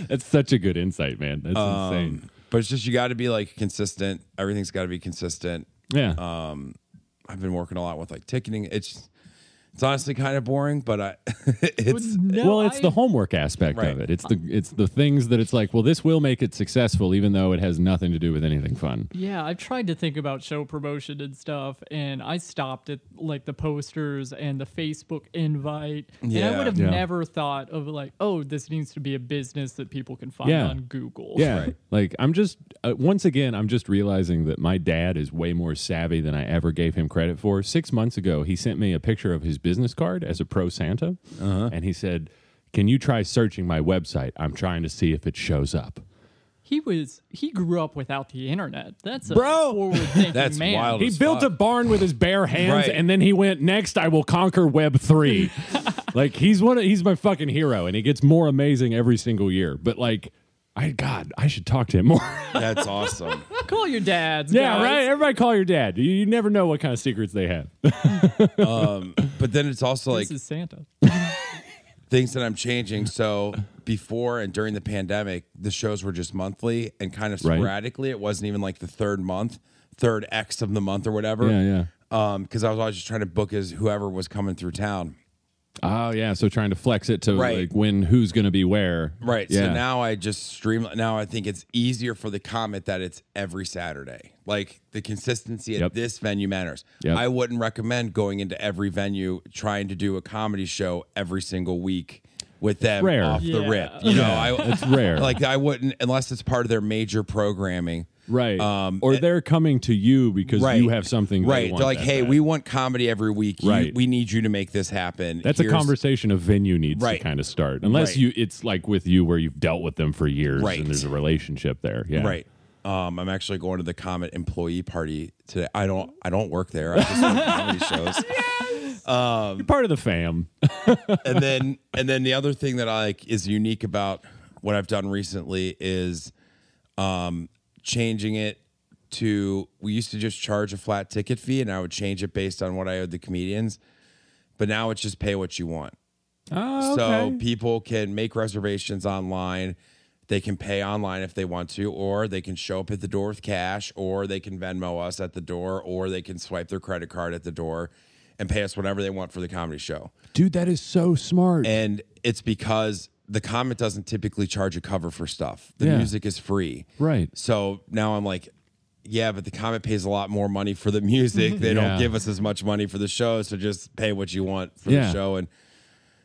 Speaker 2: that's such a good insight, man. That's insane.
Speaker 3: But it's just you got to be like consistent. Everything's got to be consistent.
Speaker 2: Yeah.
Speaker 3: I've been working a lot with like ticketing. It's it's honestly kind of boring, but I it's
Speaker 1: No,
Speaker 2: well, it's
Speaker 1: I-
Speaker 2: the homework aspect
Speaker 3: Right.
Speaker 2: of it. It's the it's the things that it's like, well, this will make it successful, even though it has nothing to do with anything fun.
Speaker 1: Yeah, I've tried to think about show promotion and stuff, and I stopped at like the posters and the Facebook invite. And
Speaker 3: Yeah.
Speaker 1: I would have
Speaker 2: Yeah.
Speaker 1: never thought of like, oh, this needs to be a business that people can find
Speaker 2: Yeah.
Speaker 1: on Google.
Speaker 2: Yeah,
Speaker 3: Right.
Speaker 2: like I'm just uh, once again, I'm just realizing that my dad is way more savvy than I ever gave him credit for. Six months ago, he sent me a picture of his business card as a pro Santa, and he said, "Can you try searching my website? I'm trying to see if it shows up."
Speaker 1: He was he grew up without the internet. That's a
Speaker 2: Bro!
Speaker 1: forward thinking
Speaker 3: That's
Speaker 1: man.
Speaker 3: wild.
Speaker 2: He
Speaker 3: as
Speaker 2: built
Speaker 3: fuck.
Speaker 2: a barn with his bare hands,
Speaker 3: Right.
Speaker 2: and then he went, "Next, I will conquer Web 3. like he's one, of, he's my fucking hero, and he gets more amazing every single year. But like, I God, I should talk to him more.
Speaker 3: that's awesome.
Speaker 1: Call your dads.
Speaker 2: yeah,
Speaker 1: guys.
Speaker 2: right. Everybody call your dad. You, you never know what kind of secrets they have.
Speaker 3: But then it's also like
Speaker 1: This is Santa.
Speaker 3: things that I'm changing. So before and during the pandemic, the shows were just monthly and kind of
Speaker 2: Right.
Speaker 3: sporadically. It wasn't even like the third month, third X of the month or whatever.
Speaker 2: Yeah, yeah.
Speaker 3: Um, because I was always just trying to book as whoever was coming through town.
Speaker 2: Oh yeah, so trying to flex it to
Speaker 3: Right.
Speaker 2: like when who's gonna be where.
Speaker 3: Right.
Speaker 2: Yeah.
Speaker 3: So now I just stream. Now I think it's easier for the comment that it's every Saturday. Like the consistency at
Speaker 2: Yep.
Speaker 3: this venue matters.
Speaker 2: Yep.
Speaker 3: I wouldn't recommend going into every venue trying to do a comedy show every single week with them
Speaker 2: Rare.
Speaker 3: off the
Speaker 1: Yeah.
Speaker 3: rip. You know, I,
Speaker 2: it's rare.
Speaker 3: Like I wouldn't unless it's part of their major programming.
Speaker 2: right.
Speaker 3: Um,
Speaker 2: or they're coming to you because
Speaker 3: Right.
Speaker 2: you have something.
Speaker 3: right.
Speaker 2: They want
Speaker 3: They're like,
Speaker 2: that
Speaker 3: hey,
Speaker 2: bad."
Speaker 3: we want comedy every week. You-
Speaker 2: Right.
Speaker 3: we need you to make this happen.
Speaker 2: That's a
Speaker 3: Here's-
Speaker 2: conversation a venue needs
Speaker 3: Right.
Speaker 2: to kind of start, unless
Speaker 3: Right.
Speaker 2: you it's like with you where you've dealt with them for years
Speaker 3: Right.
Speaker 2: and there's a relationship there. Yeah,
Speaker 3: Right. Um, I'm actually going to the Comet employee party today. I don't I don't work there. I just go to comedy shows.
Speaker 2: You're part of the fam.
Speaker 3: and then and then the other thing that I like is unique about what I've done recently is um changing it to we used to just charge a flat ticket fee and I would change it based on what I owed the comedians. But now it's just pay what you want.
Speaker 2: Oh,
Speaker 3: So
Speaker 2: okay.
Speaker 3: people can make reservations online. They can pay online if they want to, or they can show up at the door with cash, or they can Venmo us at the door, or they can swipe their credit card at the door and pay us whatever they want for the comedy show.
Speaker 2: dude, that is so smart.
Speaker 3: And it's because the comet doesn't typically charge a cover for stuff. The
Speaker 2: Yeah.
Speaker 3: music is free.
Speaker 2: Right.
Speaker 3: So now I'm like, yeah, but the comet pays a lot more money for the music.
Speaker 2: Yeah.
Speaker 3: They don't give us as much money for the show. So just pay what you want for
Speaker 2: Yeah.
Speaker 3: the show. And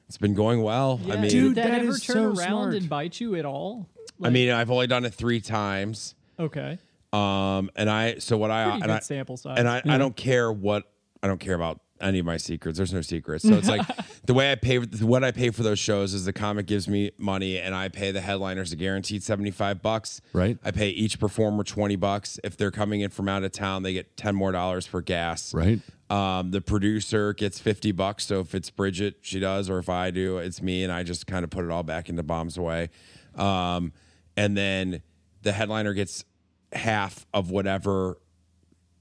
Speaker 3: it's been going well. I
Speaker 1: Yeah,
Speaker 3: mean,
Speaker 1: did
Speaker 2: Dude,
Speaker 1: that,
Speaker 2: that
Speaker 1: ever
Speaker 2: is
Speaker 1: turn
Speaker 2: so
Speaker 1: around
Speaker 2: smart.
Speaker 1: and bite you at all?
Speaker 3: I mean, I've only done it three times.
Speaker 1: Okay.
Speaker 3: Um, and I, so what I,
Speaker 1: Pretty
Speaker 3: and
Speaker 1: good
Speaker 3: I,
Speaker 1: sample size.
Speaker 3: and I, I don't care what I don't care about any of my secrets. There's no secrets. So it's like the way I pay what I pay for those shows is the comic gives me money and I pay the headliners a guaranteed 75 bucks.
Speaker 2: Right.
Speaker 3: I pay each performer 20 bucks. If they're coming in from out of town, they get 10 more dollars for gas.
Speaker 2: Right.
Speaker 3: Um, the producer gets 50 bucks. So if it's Bridget, she does, or if I do, it's me. And I just kind of put it all back into bombs away. Um, and then the headliner gets half of whatever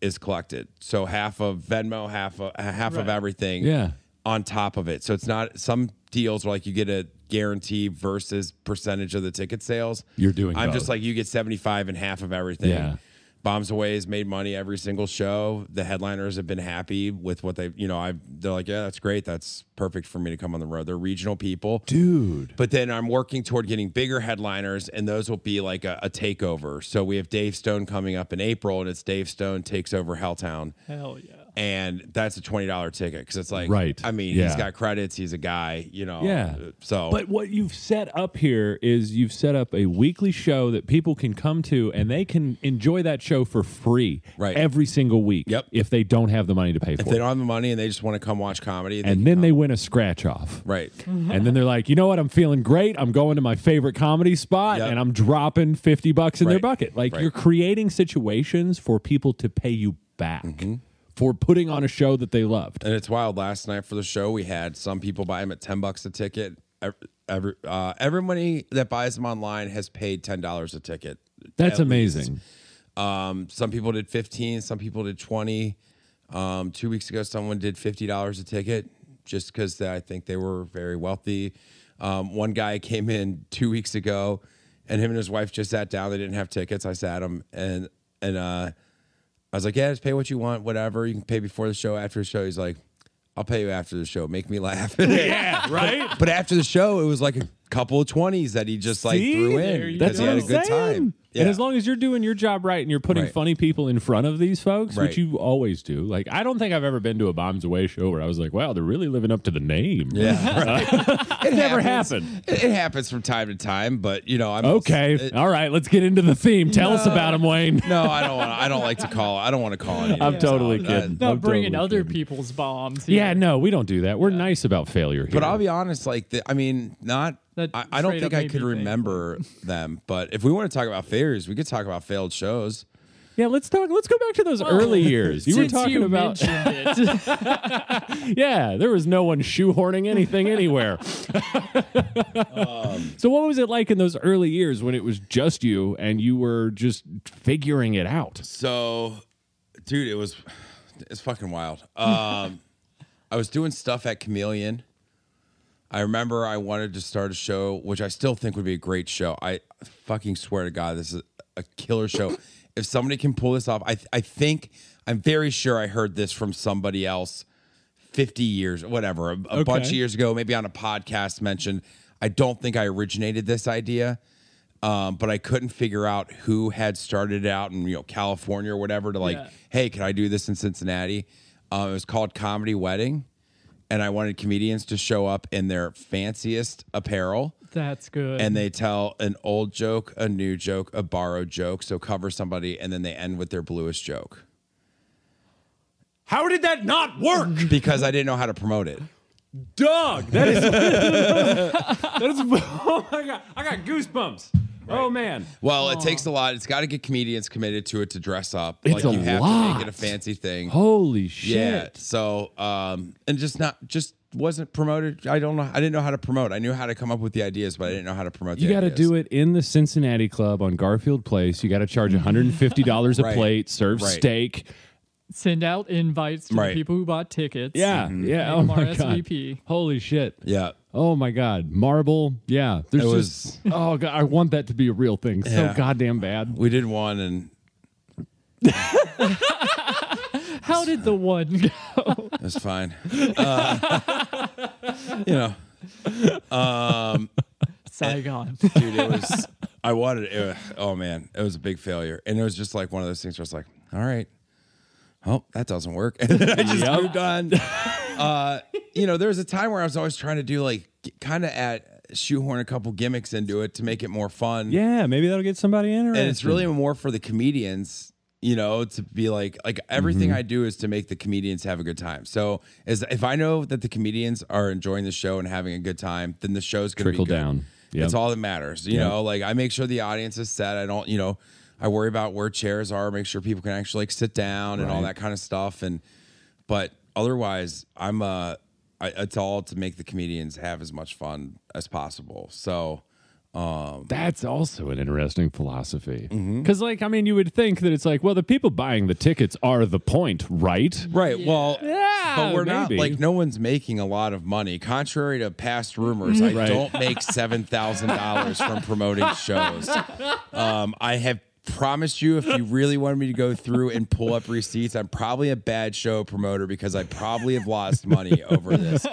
Speaker 3: is collected. So half of Venmo, half of half of
Speaker 1: Right.
Speaker 3: everything.
Speaker 2: Yeah.
Speaker 3: On top of it. So it's not some deals where like you get a guarantee versus percentage of the ticket sales.
Speaker 2: You're doing
Speaker 3: I'm
Speaker 2: both.
Speaker 3: just like you get 75 and half of everything.
Speaker 2: Yeah.
Speaker 3: Bombs Away has made money every single show. The headliners have been happy with what they, you know, I they're like, yeah, that's great. That's perfect for me to come on the road. They're regional people.
Speaker 2: Dude.
Speaker 3: But then I'm working toward getting bigger headliners, and those will be like a, a takeover. So we have Dave Stone coming up in April, and it's Dave Stone takes over Helltown.
Speaker 1: Hell yeah.
Speaker 3: And that's a twenty dollar ticket because it's like,
Speaker 2: Right.
Speaker 3: I mean, he's
Speaker 2: Yeah.
Speaker 3: got credits. He's a guy, you know.
Speaker 2: Yeah.
Speaker 3: So,
Speaker 2: But what you've set up here is you've set up a weekly show that people can come to and they can enjoy that show for free
Speaker 3: Right.
Speaker 2: every single week
Speaker 3: Yep.
Speaker 2: if they don't have the money to pay
Speaker 3: if
Speaker 2: for
Speaker 3: they
Speaker 2: it.
Speaker 3: don't have the money and they just want to come watch comedy, they
Speaker 2: And
Speaker 3: can
Speaker 2: then
Speaker 3: come.
Speaker 2: they win a scratch off.
Speaker 3: right,
Speaker 2: Mm-hmm. and then they're like, you know what? I'm feeling great. I'm going to my favorite comedy spot
Speaker 3: Yep.
Speaker 2: and I'm dropping 50 bucks in their
Speaker 3: Right.
Speaker 2: bucket. Like
Speaker 3: Right.
Speaker 2: you're creating situations for people to pay you back
Speaker 3: Mm-hmm.
Speaker 2: for putting on a show that they loved.
Speaker 3: and it's wild. Last night for the show, we had some people buy them at ten bucks a ticket. Every, every uh, everybody that buys them online has paid ten dollars a ticket.
Speaker 2: That's
Speaker 3: At least.
Speaker 2: amazing.
Speaker 3: Um, some people did 15, some people did 20. Um, two weeks ago, someone did $50 a ticket just because I think they were very wealthy. Um, one guy came in two weeks ago and him and his wife just sat down. They didn't have tickets. I sat them and, and, uh, I was like, yeah, just pay what you want, whatever. You can pay before the show, after the show. He's like, I'll pay you after the show. Make me laugh.
Speaker 2: Yeah, right?
Speaker 3: but after the show, it was like a couple of 20s that he just like
Speaker 2: See?
Speaker 3: threw
Speaker 1: There
Speaker 3: in.
Speaker 1: you
Speaker 2: That's
Speaker 3: because he
Speaker 2: what
Speaker 3: had
Speaker 2: I'm
Speaker 3: a good
Speaker 2: saying.
Speaker 3: time.
Speaker 2: And as long as you're doing your job right and you're putting
Speaker 3: Right.
Speaker 2: funny people in front of these folks,
Speaker 3: Right.
Speaker 2: which you always do. Like I don't think I've ever been to a Bombs Away show where I was like, wow, they're really living up to the name.
Speaker 3: yeah.
Speaker 2: It never
Speaker 3: happens.
Speaker 2: happened.
Speaker 3: It, it happens from time to time, but you know, I'm
Speaker 2: Okay.
Speaker 3: it-
Speaker 2: All right, let's get into the theme. Tell us about them, Wayne.
Speaker 3: no, I don't. Wanna, I don't like to call. I don't want to call it.
Speaker 2: I'm totally kidding.
Speaker 1: Not
Speaker 2: I'm
Speaker 1: bringing
Speaker 2: totally
Speaker 1: other
Speaker 2: kidding.
Speaker 1: people's bombs.
Speaker 2: Yeah,
Speaker 1: either.
Speaker 2: no, we don't do that. We're nice about failure here.
Speaker 3: But I'll be honest. Like, the, I mean, not.
Speaker 1: That
Speaker 3: I, I don't
Speaker 1: straight
Speaker 3: think
Speaker 1: up
Speaker 3: I
Speaker 1: made
Speaker 3: could
Speaker 1: me think.
Speaker 3: remember them. But if we want to talk about failures, we could talk about failed shows.
Speaker 2: yeah, let's talk. Let's go back to those early years. You were
Speaker 1: Since
Speaker 2: talking
Speaker 1: you
Speaker 2: about
Speaker 1: mentioned it.
Speaker 2: yeah. There was no one shoehorning anything anywhere.
Speaker 3: Um,
Speaker 2: so what was it like in those early years when it was just you and you were just figuring it out?
Speaker 3: So, dude, it was it's fucking wild. Um, I was doing stuff at Chameleon. I remember I wanted to start a show, which I still think would be a great show. I fucking swear to God, this is a killer show. if somebody can pull this off, I I think I'm very sure I heard this from somebody else. 50 years, whatever, a, a bunch of
Speaker 2: Okay.
Speaker 3: years ago, maybe on a podcast mentioned. I don't think I originated this idea, um, but I couldn't figure out who had started it out in you know California or whatever to like,
Speaker 1: Yeah.
Speaker 3: hey, can I do this in Cincinnati? Um, it was called Comedy Wedding, and I wanted comedians to show up in their fanciest apparel
Speaker 1: That's good.
Speaker 3: and they tell an old joke, a new joke, a borrowed joke, so cover somebody, and then they end with their bluest joke
Speaker 2: How did that not work?
Speaker 3: because I didn't know how to promote it.
Speaker 2: Dog, that is that is oh my god. I got goosebumps. Oh man,
Speaker 3: Well, it takes a lot. It's got to get comedians committed to it to dress up.
Speaker 2: It's
Speaker 3: like
Speaker 2: a
Speaker 3: you have to make
Speaker 2: lot.
Speaker 3: it a fancy thing.
Speaker 2: holy shit!
Speaker 3: Yeah. So, um, and just not just wasn't promoted. I don't know. I didn't know how to promote. I knew how to come up with the ideas, but I didn't know how to promote.
Speaker 2: You
Speaker 3: the
Speaker 2: got to
Speaker 3: ideas.
Speaker 2: do it in the Cincinnati Club on Garfield Place. You got to charge $150 a
Speaker 3: Right.
Speaker 2: plate, serve
Speaker 3: Right.
Speaker 2: steak.
Speaker 1: Send out invites to
Speaker 3: Right.
Speaker 1: the people who bought tickets.
Speaker 2: Yeah, yeah. Oh my god.
Speaker 1: RSVP.
Speaker 2: Holy shit.
Speaker 3: Yeah.
Speaker 2: Oh my god. Marble. Yeah. There's
Speaker 3: It
Speaker 2: just Oh god, I want that to be a real thing so
Speaker 3: Yeah.
Speaker 2: goddamn bad.
Speaker 3: We did one, and
Speaker 1: How did the one go?
Speaker 3: it was fine. Uh, you know,
Speaker 1: Saigon?
Speaker 3: dude, it was. I wanted. It was, oh man, it was a big failure, and it was just like one of those things where it's like, all right, oh, that doesn't work. And then I just moved on. Uh, you know, there was a time where I was always trying to do like, kind of at shoehorn a couple gimmicks into it to make it more fun.
Speaker 2: Yeah, maybe that'll get somebody interested.
Speaker 3: and it's
Speaker 2: Mm-hmm.
Speaker 3: really more for the comedians you know to be like like everything
Speaker 2: Mm-hmm.
Speaker 3: i do is to make the comedians have a good time so as if i know that the comedians are enjoying the show and having a good time then the show's gonna
Speaker 2: Trickle
Speaker 3: be good.
Speaker 2: down. Yep.
Speaker 3: that's all that matters you know like i make sure the audience is set i don't you know i worry about where chairs are make sure people can actually like sit down and all
Speaker 2: Right.
Speaker 3: that kind of stuff and but otherwise i'm uh I, it's all to make the comedians have as much fun as possible so
Speaker 2: That's also an interesting philosophy.
Speaker 3: Mm-hmm.
Speaker 2: Cuz like I mean you would think that it's like, well the people buying the tickets are the point, right?
Speaker 3: Right. Well,
Speaker 2: Yeah,
Speaker 3: but we're not
Speaker 2: maybe.
Speaker 3: like no one's making a lot of money. Contrary to past rumors, I
Speaker 2: Right.
Speaker 3: don't make seven thousand dollars from promoting shows. Um, I have promised you if you really wanted me to go through and pull up receipts, I'm probably a bad show promoter because I probably have lost money over this.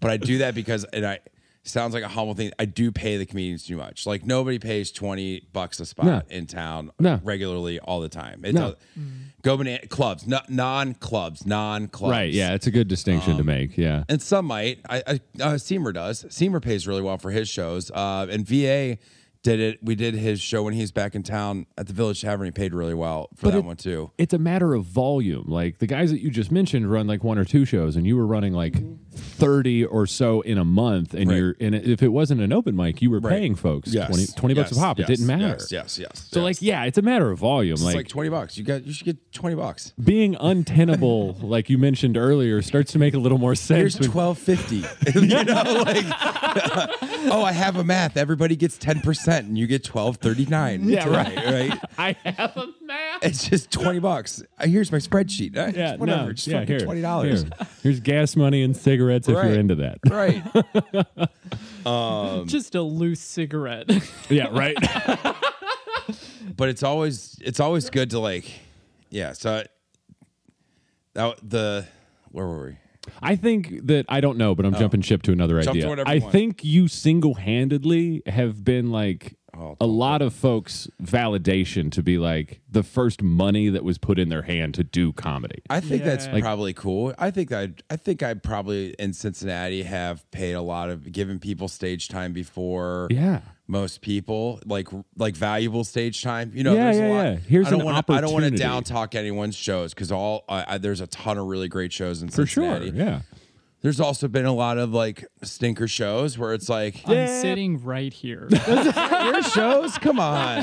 Speaker 3: But I do that because and I sounds like a humble thing. I do pay the comedians too much. Like nobody pays twenty bucks a spot
Speaker 2: No.
Speaker 3: in town
Speaker 2: No.
Speaker 3: regularly all the time. It
Speaker 2: No.
Speaker 3: does- Go banana clubs, no, non clubs, non clubs.
Speaker 2: Right, yeah, it's a good distinction to make. Yeah.
Speaker 3: Um, And some might. I, I uh, Seamer does. Seamer pays really well for his shows. Uh, and VA did it. We did his show when he's back in town at the Village Tavern. He paid really well for that
Speaker 2: it-
Speaker 3: one too.
Speaker 2: it's a matter of volume. Like the guys that you just mentioned run like one or two shows, and you were running like thirty or so in a month. And
Speaker 3: Mm-hmm. Right.
Speaker 2: you're and if it wasn't an open mic, you were
Speaker 3: Right.
Speaker 2: paying folks
Speaker 3: Yes.
Speaker 2: 20, 20 bucks
Speaker 3: Yes.
Speaker 2: a pop.
Speaker 3: Yes.
Speaker 2: it didn't matter.
Speaker 3: Yes, yes, yes.
Speaker 2: So
Speaker 3: yes.
Speaker 2: like, yeah, it's a matter of volume.
Speaker 3: it's
Speaker 2: Like,
Speaker 3: like, twenty bucks. You got. You should get twenty bucks.
Speaker 2: being untenable, like you mentioned earlier, starts to make a little more sense.
Speaker 3: Here's
Speaker 2: when-
Speaker 3: twelve fifty. you know, like oh, I have a math. Everybody gets ten percent, and you get twelve thirty nine.
Speaker 2: Yeah,
Speaker 3: right. Right.
Speaker 2: I have a math.
Speaker 3: It's just twenty bucks. Uh, Here's my spreadsheet. Uh,
Speaker 2: Yeah, no,
Speaker 3: whatever. just
Speaker 2: yeah,
Speaker 3: fucking
Speaker 2: here,
Speaker 3: twenty dollars.
Speaker 2: here. Here's gas money and cigarettes if
Speaker 3: Right.
Speaker 2: you're into that.
Speaker 3: Right. Um,
Speaker 1: Just a loose cigarette.
Speaker 2: Yeah, right.
Speaker 3: but it's always it's always good to like yeah so that the where were we
Speaker 2: I think that I don't know, but I'm jumping ship to another
Speaker 3: Oh. Jump to
Speaker 2: idea.
Speaker 3: whatever
Speaker 2: I
Speaker 3: you want.
Speaker 2: think you single-handedly have been like
Speaker 3: Oh,
Speaker 2: a lot of folks' validation to be like the first money that was put in their hand to do comedy.
Speaker 3: i think that's
Speaker 1: Yeah. Like-
Speaker 3: probably cool i think i i think i probably in cincinnati have paid a lot of given people stage time before
Speaker 2: Yeah.
Speaker 3: most people like like valuable stage time you know
Speaker 2: Yeah,
Speaker 3: there's
Speaker 2: yeah,
Speaker 3: a lot
Speaker 2: yeah. Here's
Speaker 3: i don't
Speaker 2: an
Speaker 3: wanna- i don't want to
Speaker 2: opportunity.
Speaker 3: down talk anyone's shows because all I, I, there's a ton of really great shows in
Speaker 2: For sure.
Speaker 3: cincinnati
Speaker 2: Yeah.
Speaker 3: there's also been a lot of like stinker shows where it's like
Speaker 1: I'm sitting right here.
Speaker 3: Your shows? Come on.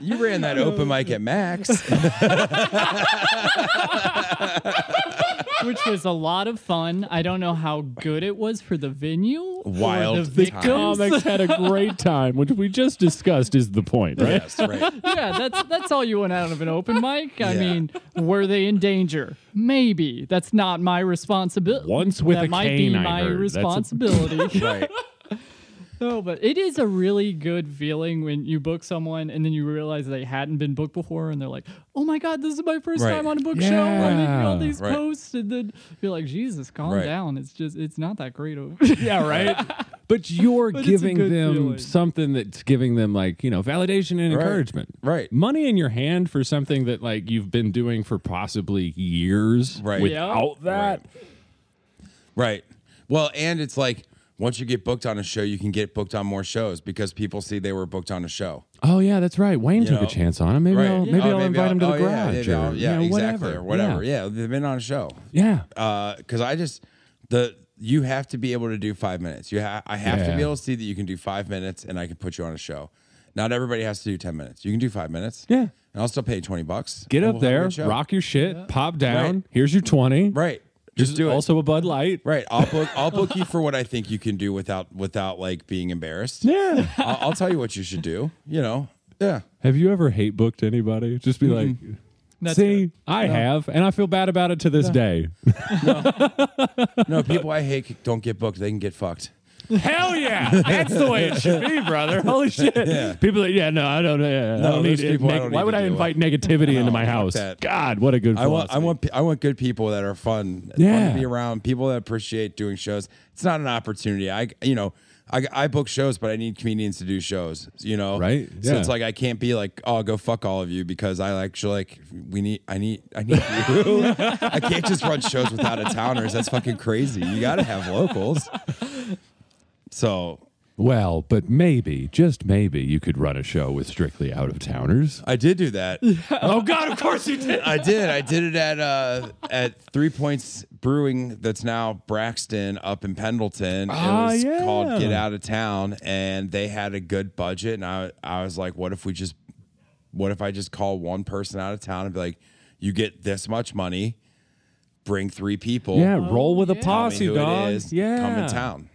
Speaker 3: you ran that open mic at Max.
Speaker 1: which was a lot of fun. I don't know how good it was for the venue. or
Speaker 3: Wild
Speaker 1: the
Speaker 3: time.
Speaker 1: victims.
Speaker 2: Comics had a great time, which we just discussed is the point, right?
Speaker 3: yes, right.
Speaker 1: yeah, that's that's all you want out of an open mic. I
Speaker 3: Yeah.
Speaker 1: mean, were they in danger? Maybe that's not my responsibility.
Speaker 2: Once with
Speaker 1: that
Speaker 2: a
Speaker 1: might
Speaker 2: cane,
Speaker 1: be
Speaker 2: I
Speaker 1: my
Speaker 2: heard. That's a-
Speaker 1: responsibility.
Speaker 3: Right.
Speaker 1: no, but it is a really good feeling when you book someone and then you realize they hadn't been booked before, and they're like, "Oh my god, this is my first
Speaker 3: Right.
Speaker 1: time on a book show." I didn't
Speaker 2: Yeah.
Speaker 1: know these
Speaker 3: Right.
Speaker 1: posts, and then you're like, "Jesus, calm
Speaker 3: Right.
Speaker 1: down. It's just it's not that great." Of-
Speaker 2: Yeah, right. But you're
Speaker 1: But it's a
Speaker 2: giving
Speaker 1: good
Speaker 2: them
Speaker 1: feeling.
Speaker 2: something that's giving them like, you know, validation and
Speaker 3: Right.
Speaker 2: encouragement.
Speaker 3: Right.
Speaker 2: Money in your hand for something that like you've been doing for possibly years
Speaker 3: Right.
Speaker 2: without that.
Speaker 3: Right. Well, and it's like once you get booked on a show, you can get booked on more shows because people see they were booked on a show.
Speaker 2: Oh yeah, that's right. Wayne took
Speaker 3: know?
Speaker 2: a chance on him. Maybe
Speaker 3: Right.
Speaker 2: I'll maybe
Speaker 3: Oh,
Speaker 2: I'll invite him to the
Speaker 3: oh, yeah,
Speaker 2: garage.
Speaker 3: maybe
Speaker 2: or,
Speaker 3: I'll- yeah,
Speaker 2: you know,
Speaker 3: exactly. Or whatever. Yeah. they've been on a show.
Speaker 2: Yeah.
Speaker 3: Because I Uh, just, the, you have to be able to do five minutes. You ha- I have to
Speaker 2: Yeah.
Speaker 3: be able to see that you can do five minutes, and I can put you on a show. Not everybody has to do ten minutes. You can do five minutes.
Speaker 2: Yeah.
Speaker 3: and I'll still pay you twenty bucks.
Speaker 2: Get
Speaker 3: and
Speaker 2: up
Speaker 3: we'll have a
Speaker 2: there,
Speaker 3: good show.
Speaker 2: rock your shit, pop down.
Speaker 3: Right.
Speaker 2: Here's your 20.
Speaker 3: Right,
Speaker 2: Here's
Speaker 3: just do it.
Speaker 2: Also a Bud Light.
Speaker 3: Right, I'll book. I'll book you for what I think you can do without without like being embarrassed.
Speaker 2: Yeah.
Speaker 3: I'll, I'll tell you what you should do. You know. Yeah.
Speaker 2: Have you ever hate booked anybody? Just be like,
Speaker 1: That's
Speaker 2: see,
Speaker 1: good.
Speaker 2: I have, and I feel bad about it to this day.
Speaker 3: No, people I hate don't get booked. They can get fucked.
Speaker 2: Hell yeah, that's the way it should be, brother. Holy shit. People, are like, yeah, no, I don't, yeah, I
Speaker 3: No,
Speaker 2: don't need
Speaker 3: there's
Speaker 2: it.
Speaker 3: people I
Speaker 2: Neg-
Speaker 3: don't
Speaker 2: why
Speaker 3: need
Speaker 2: would
Speaker 3: to
Speaker 2: I
Speaker 3: deal
Speaker 2: invite negativity into my
Speaker 3: fuck
Speaker 2: house?
Speaker 3: that.
Speaker 2: God, what a good.
Speaker 3: I want I
Speaker 2: philosophy.
Speaker 3: want pe- I want good people that are fun, fun
Speaker 2: Yeah.
Speaker 3: to be around, people that appreciate doing shows. It's not an opportunity. I you know I, I book shows, but I need comedians to do shows. You know,
Speaker 2: Right?
Speaker 3: So
Speaker 2: Yeah.
Speaker 3: it's like I can't be like, oh, go fuck all of you because I actually like we need I need I need you. I can't just run shows without a towners. That's fucking crazy. You got to have locals. So
Speaker 2: Well, but maybe, just maybe, you could run a show with strictly out of towners.
Speaker 3: I did do that.
Speaker 2: oh God, of course you did.
Speaker 3: I did. I did it at uh, at Three Points Brewing, that's now Braxton up in Pendleton.
Speaker 2: Ah,
Speaker 3: it was
Speaker 2: yeah.
Speaker 3: called Get Out of Town, and they had a good budget. And I, I was like, what if we just, what if I just call one person out of town and be like, you get this much money, bring three people,
Speaker 2: Yeah,
Speaker 3: tell me
Speaker 2: roll with a
Speaker 1: yeah.
Speaker 2: posse,
Speaker 3: who it
Speaker 2: dog.
Speaker 3: is,
Speaker 2: yeah,
Speaker 3: come in town.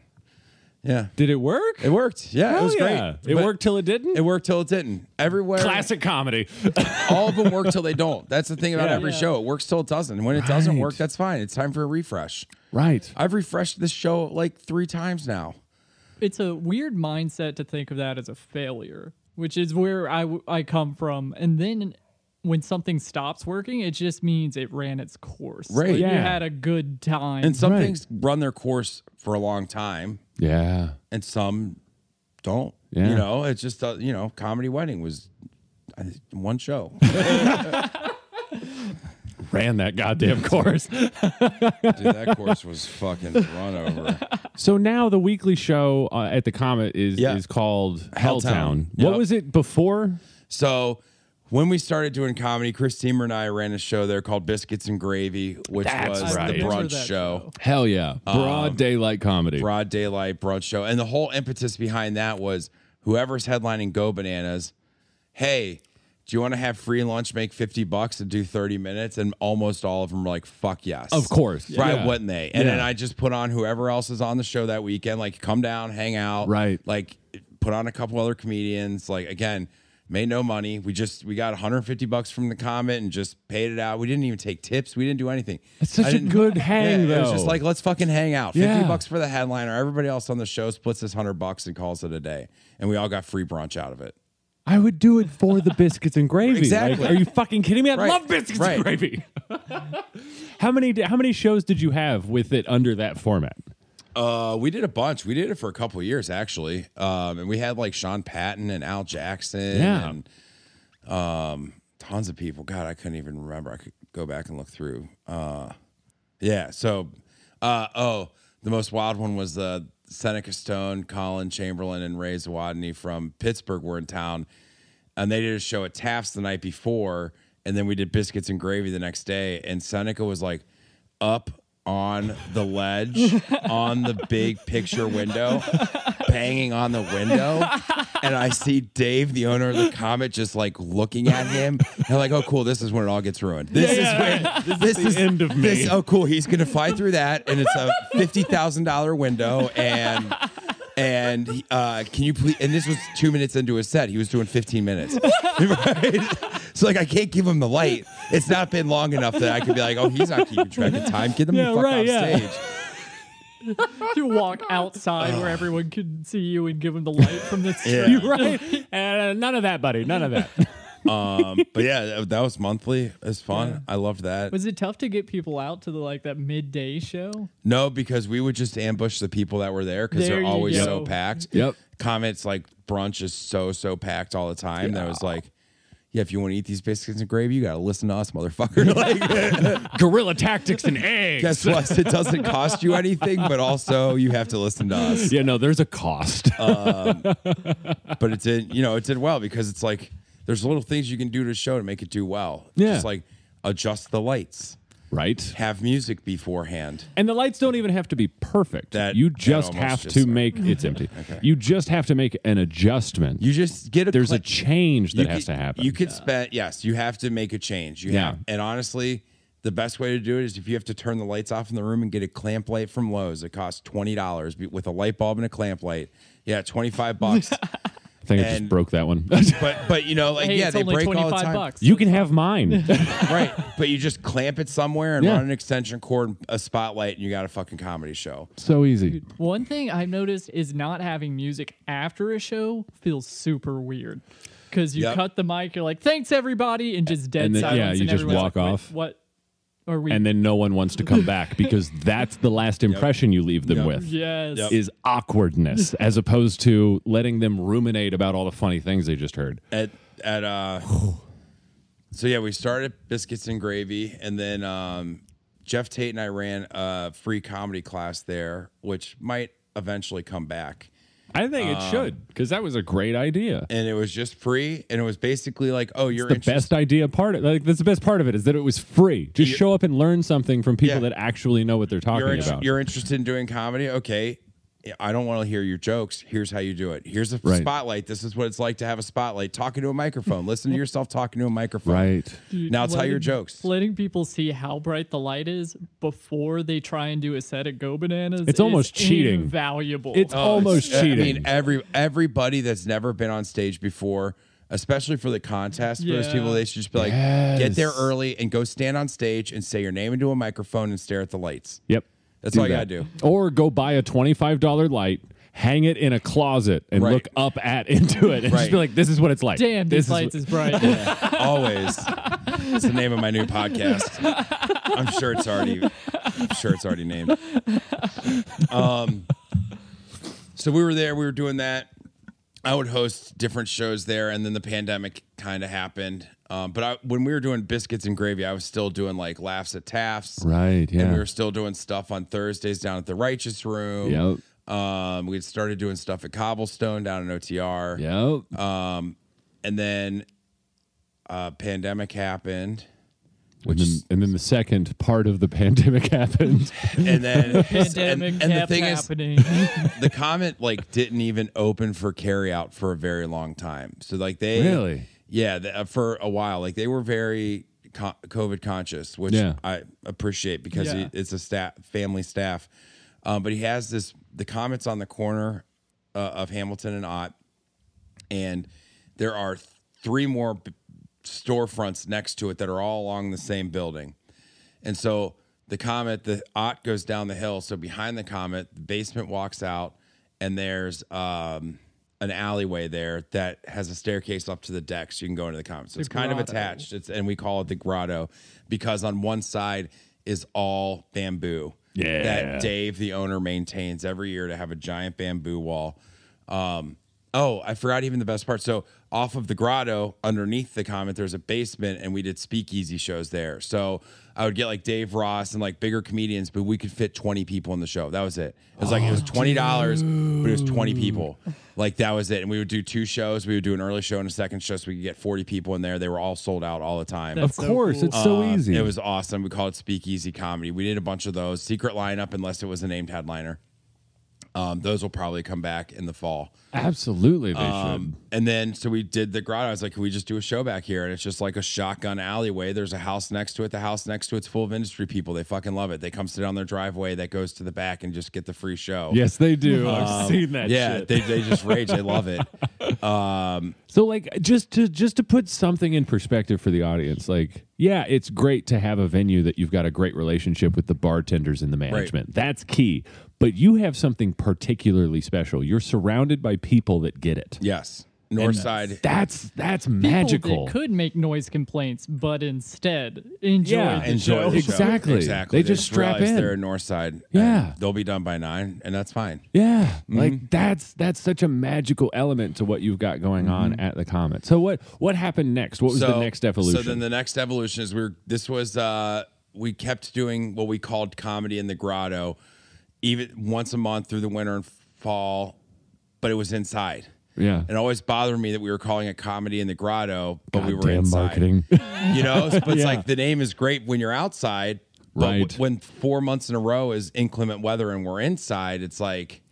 Speaker 3: Yeah,
Speaker 2: Did it work?
Speaker 3: it worked. Yeah,
Speaker 2: Hell
Speaker 3: it was
Speaker 2: yeah.
Speaker 3: great.
Speaker 2: It
Speaker 3: But
Speaker 2: worked till it didn't.
Speaker 3: It worked till it didn't. Everywhere,
Speaker 2: Classic comedy.
Speaker 3: all of them work till they don't. That's the thing about
Speaker 2: Yeah.
Speaker 3: every
Speaker 1: Yeah.
Speaker 3: show. It works till it doesn't. And when it doesn't
Speaker 2: Right.
Speaker 3: work, that's fine. It's time for a refresh.
Speaker 2: right.
Speaker 3: I've refreshed this show like three times now.
Speaker 1: it's a weird mindset to think of that as a failure, which is where I, w- I come from. And then when something stops working, it just means it ran its course.
Speaker 3: Right.
Speaker 1: Like, You
Speaker 2: Yeah.
Speaker 1: had a good time.
Speaker 3: And some
Speaker 2: Right.
Speaker 3: things run their course for a long time,
Speaker 2: Yeah.
Speaker 3: and some don't.
Speaker 2: Yeah.
Speaker 3: You know, it's just uh, you know, comedy wedding was uh, one show.
Speaker 2: Ran that goddamn course.
Speaker 3: Dude, that course was fucking run over.
Speaker 2: So now the weekly show uh, at the Comet is
Speaker 3: Yeah.
Speaker 2: is called Helltown.
Speaker 3: Helltown.
Speaker 2: What
Speaker 3: Yep.
Speaker 2: was it before?
Speaker 3: So when we started doing comedy, Chris Teamer and I ran a show there called Biscuits and Gravy, which
Speaker 2: That's
Speaker 3: was
Speaker 2: right.
Speaker 3: the
Speaker 1: Remember
Speaker 3: brunch
Speaker 1: that
Speaker 3: show.
Speaker 2: Hell yeah,
Speaker 3: Um,
Speaker 2: broad daylight comedy.
Speaker 3: broad daylight brunch show. And the whole impetus behind that was whoever's headlining Go Bananas, hey, do you want to have free lunch, make 50 bucks and do 30 minutes? And almost all of them were like, fuck yes.
Speaker 2: Of course.
Speaker 3: Right,
Speaker 2: Yeah.
Speaker 3: wouldn't they? And then
Speaker 2: Yeah.
Speaker 3: I just put on whoever else is on the show that weekend, like come down, hang out.
Speaker 2: Right.
Speaker 3: Like put on a couple other comedians. Like again, made no money. We just we got 150 bucks from the comment and just paid it out. We didn't even take tips. We didn't do anything.
Speaker 2: It's such
Speaker 3: I
Speaker 2: a
Speaker 3: didn't-
Speaker 2: good hang,
Speaker 3: yeah, It was
Speaker 2: though.
Speaker 3: just like let's fucking hang out.
Speaker 2: Yeah.
Speaker 3: Fifty bucks for the headliner. Everybody else on the show splits this hundred bucks and calls it a day, and we all got free brunch out of it.
Speaker 2: I would do it for the biscuits and gravy.
Speaker 3: Exactly.
Speaker 2: Like, are you fucking kidding me? I
Speaker 3: Right.
Speaker 2: love biscuits and
Speaker 3: Right.
Speaker 2: gravy. how many how many shows did you have with it under that format?
Speaker 3: Uh, we did a bunch. We did it for a couple of years actually, um, and we had like Sean Patton and Al Jackson
Speaker 2: Yeah.
Speaker 3: and um, tons of people. God, I couldn't even remember. I could go back and look through. Uh, yeah. So, uh, oh, the most wild one was uh, Seneca Stone, Colin Chamberlain, and Ray Zawadney from Pittsburgh were in town, and they did a show at Taft's the night before, and then we did biscuits and gravy the next day, and Seneca was like up on the ledge on the big picture window banging on the window and i see dave the owner of the comet just like looking at him and like oh cool this is when it all gets ruined this is when this, is
Speaker 2: the end of me.
Speaker 3: this- oh cool he's gonna fly through that and it's a $50000 window and and uh, can you please? And this was two minutes into his set. He was doing 15 minutes. Right? So like, I can't give him the light. It's not been long enough that I could be like, oh, he's not keeping track of time. Get him
Speaker 2: Yeah,
Speaker 3: the fuck
Speaker 2: right,
Speaker 3: off
Speaker 2: yeah.
Speaker 3: stage.
Speaker 1: to walk outside where everyone could see you and give them the light from the street.
Speaker 3: Yeah.
Speaker 2: You're right. Uh, none of that, buddy. None of that.
Speaker 3: Um, but yeah, that- that was monthly. It's fun. I loved that.
Speaker 1: Was it tough to get people out to the like that midday show?
Speaker 3: No, because we would just ambush the people that were there because
Speaker 1: There
Speaker 3: they're
Speaker 1: you
Speaker 3: always
Speaker 1: go.
Speaker 3: so packed.
Speaker 2: Yep.
Speaker 3: Comments like brunch is so so packed all the time. That was like, yeah, if you want to eat these biscuits and gravy, you gotta listen to us, motherfucker. like,
Speaker 2: Guerrilla tactics and eggs.
Speaker 3: guess what? It doesn't cost you anything, but also you have to listen to us.
Speaker 2: yeah, no, there's a cost.
Speaker 3: Uh, but it did you know it did well because it's like there's little things you can do to a show to make it do well
Speaker 2: Yeah.
Speaker 3: just like adjust the lights
Speaker 2: right?
Speaker 3: Have music beforehand.
Speaker 2: And the lights don't even have to be perfect.
Speaker 3: That-
Speaker 2: you
Speaker 3: that
Speaker 2: just
Speaker 3: almost
Speaker 2: have
Speaker 3: just
Speaker 2: to
Speaker 3: said.
Speaker 2: make it's empty. You just have to make an adjustment.
Speaker 3: You just get a
Speaker 2: There's a
Speaker 3: cl-
Speaker 2: change that
Speaker 3: you
Speaker 2: has
Speaker 3: could-
Speaker 2: to happen.
Speaker 3: You could spend yes, you have to make a change. You
Speaker 2: Yeah.
Speaker 3: have and honestly, the best way to do it is if you have to turn the lights off in the room and get a clamp light from Lowe's. It costs twenty dollars with a light bulb and a clamp light. Yeah, twenty five bucks.
Speaker 2: I think I just
Speaker 3: and-
Speaker 2: broke that one.
Speaker 3: but but you know like
Speaker 1: Hey,
Speaker 3: Uh, yeah
Speaker 1: it's
Speaker 3: they
Speaker 1: only
Speaker 3: break all the
Speaker 1: 25
Speaker 3: time.
Speaker 1: bucks.
Speaker 2: you can have mine.
Speaker 3: right? But you just clamp it somewhere and
Speaker 2: Yeah.
Speaker 3: run an extension cord, and a spotlight, and you got a fucking comedy show.
Speaker 2: so easy.
Speaker 1: One thing I've noticed is not having music after a show feels super weird. Because you
Speaker 3: Yep.
Speaker 1: cut the mic, you're like, thanks everybody, and just dead
Speaker 2: And then- yeah,
Speaker 1: silence.
Speaker 2: you
Speaker 1: and
Speaker 2: just
Speaker 1: everyone's
Speaker 2: walk
Speaker 1: like, "Wait,
Speaker 2: off.
Speaker 1: What are we?
Speaker 2: And then no one wants to come back because that's the last impression you leave them
Speaker 3: Yep.
Speaker 2: with.
Speaker 1: yes.
Speaker 3: Yep.
Speaker 2: Is awkwardness as opposed to letting them ruminate about all the funny things they just heard.
Speaker 3: At at uh, so yeah, we started biscuits and gravy, and then um, Jeff Tate and I ran a free comedy class there, which might eventually come back.
Speaker 2: I think
Speaker 3: Uh,
Speaker 2: it should because that was a great idea.
Speaker 3: And it was just free, and it was basically like, oh, you're
Speaker 2: the
Speaker 3: interested.
Speaker 2: best idea part of, like that's the best part of it is that it was free just show up and learn something from people
Speaker 3: Yeah.
Speaker 2: that actually know what they're talking
Speaker 3: you're, inter-
Speaker 2: about
Speaker 3: you're interested in doing comedy okay i don't want to hear your jokes here's how you do it here's a
Speaker 2: Right.
Speaker 3: spotlight this is what it's like to have a spotlight talking to a microphone listen to yourself talking to a microphone
Speaker 2: right
Speaker 3: now tell your
Speaker 1: letting-
Speaker 3: jokes
Speaker 1: Letting people see how bright the light is before they try and do a set at Go Bananas.
Speaker 2: It's
Speaker 1: is
Speaker 2: almost cheating.
Speaker 1: Invaluable. Oh,
Speaker 2: it's almost
Speaker 3: Oh, I
Speaker 2: cheating
Speaker 3: mean, every everybody that's never been on stage before, especially for the contest, for those
Speaker 1: Yeah.
Speaker 3: people, they should just be like, get there early and go stand on stage and say your name into a microphone and stare at the lights.
Speaker 2: yep
Speaker 3: That's all you
Speaker 2: that.
Speaker 3: gotta do.
Speaker 2: or go buy a $25 light hang it in a closet and
Speaker 3: Right.
Speaker 2: look up at into it and just
Speaker 3: Right.
Speaker 2: be like this is what it's like
Speaker 1: damn,
Speaker 2: this
Speaker 1: this lights
Speaker 2: what-
Speaker 1: is bright.
Speaker 3: Always. It's the name of my new podcast. I'm sure it's already I'm sure it's already named. Um so we were there, we were doing that. I would host different shows there and then the pandemic kind of happened. Um, but I, when we were doing biscuits and gravy, I was still doing like laughs at Taft's.
Speaker 2: right yeah
Speaker 3: And we were still doing stuff on Thursdays down at the Righteous Room.
Speaker 2: Yep.
Speaker 3: Um, we had started doing stuff at Cobblestone down in OTR
Speaker 2: Yep.
Speaker 3: Uh, and then uh pandemic happened
Speaker 2: and, then, and then the second part of the pandemic happened.
Speaker 3: and then
Speaker 1: Pandemic
Speaker 3: and, and the
Speaker 1: kept
Speaker 3: thing is
Speaker 1: happening.
Speaker 3: the comment like didn't even open for carry out for a very long time so like they
Speaker 2: Really?
Speaker 3: yeah the, uh, for a while like they were very co- covid conscious which
Speaker 2: Yeah.
Speaker 3: i appreciate because
Speaker 1: Yeah.
Speaker 3: it- it's a staff family staff um, but he has this the comments on the corner uh, of hamilton and ott and there are th- three more b- storefronts next to it that are all along the same building. And so the comet, the ot goes down the hill. So behind the comet, the basement walks out, and there's um, an alleyway there that has a staircase up to the deck, so you can go into the comet. So it's kind of
Speaker 1: grotto.
Speaker 3: attached. It's and we call it the grotto because on one side is all bamboo.
Speaker 2: Yeah.
Speaker 3: That Dave, the owner, maintains every year to have a giant bamboo wall. Um, oh, I forgot even the best part. So off of the grotto, underneath the comet, there's a basement, and we did speakeasy shows there. So I would get like Dave Ross and like bigger comedians, but we could fit 20 people in the show. That was it. It was like it was twenty dollars, but it was 20 people. Like that was it. And we would do two shows. We would do an early show and a second show, so we could get 40 people in there. They were all sold out all the time.
Speaker 1: That's so cool.
Speaker 2: so
Speaker 3: Uh, It was awesome. We called it Speakeasy Comedy. We did a bunch of those. Secret lineup, unless it was a named headliner. Um, those will probably come back in the fall.
Speaker 2: absolutely they
Speaker 3: Um, and then so we did the grotto. I was like, can we just do a show back here? And it's just like a shotgun alleyway. There's a house next to it. The house next to it's full of industry people. They fucking love it. They come sit on their driveway that goes to the back and just get the free show.
Speaker 2: should. Yes, they do. I've
Speaker 3: Um,
Speaker 2: seen that.
Speaker 3: Yeah,
Speaker 2: shit.
Speaker 3: they they just rage. They love it. Um,
Speaker 2: So like just to just to put something in perspective for the audience, like yeah, it's great to have a venue that you've got a great relationship with the bartenders and the management. That's key. But you have something particularly special. You're surrounded by people that get it.
Speaker 3: yes, Northside.
Speaker 2: That's that's
Speaker 1: People
Speaker 2: magical.
Speaker 1: that could make noise complaints, but instead enjoy.
Speaker 2: Yeah.
Speaker 1: the
Speaker 3: enjoy
Speaker 1: show.
Speaker 3: the show.
Speaker 2: Exactly.
Speaker 3: Exactly.
Speaker 2: They just strap
Speaker 3: realize
Speaker 2: in.
Speaker 3: They're in North Side.
Speaker 2: Yeah.
Speaker 3: and They'll be done by nine, and that's fine.
Speaker 2: Yeah,
Speaker 3: Mm-hmm.
Speaker 2: like that's that's such a magical element to what you've got going on at the Comet. So what what happened next? What was the next evolution?
Speaker 3: Mm-hmm. So then the next evolution is we are this was uh we kept doing what we called comedy in the grotto even once a month through the winter and fall, but it was inside.
Speaker 2: yeah,
Speaker 3: It always bothered me that we were calling it comedy in the grotto, but we were
Speaker 2: Goddamn
Speaker 3: inside.
Speaker 2: marketing.
Speaker 3: You know, but it's
Speaker 2: Yeah.
Speaker 3: like the name is great when you're outside, But w-
Speaker 2: Right.
Speaker 3: when four months in a row is inclement weather and we're inside, it's like,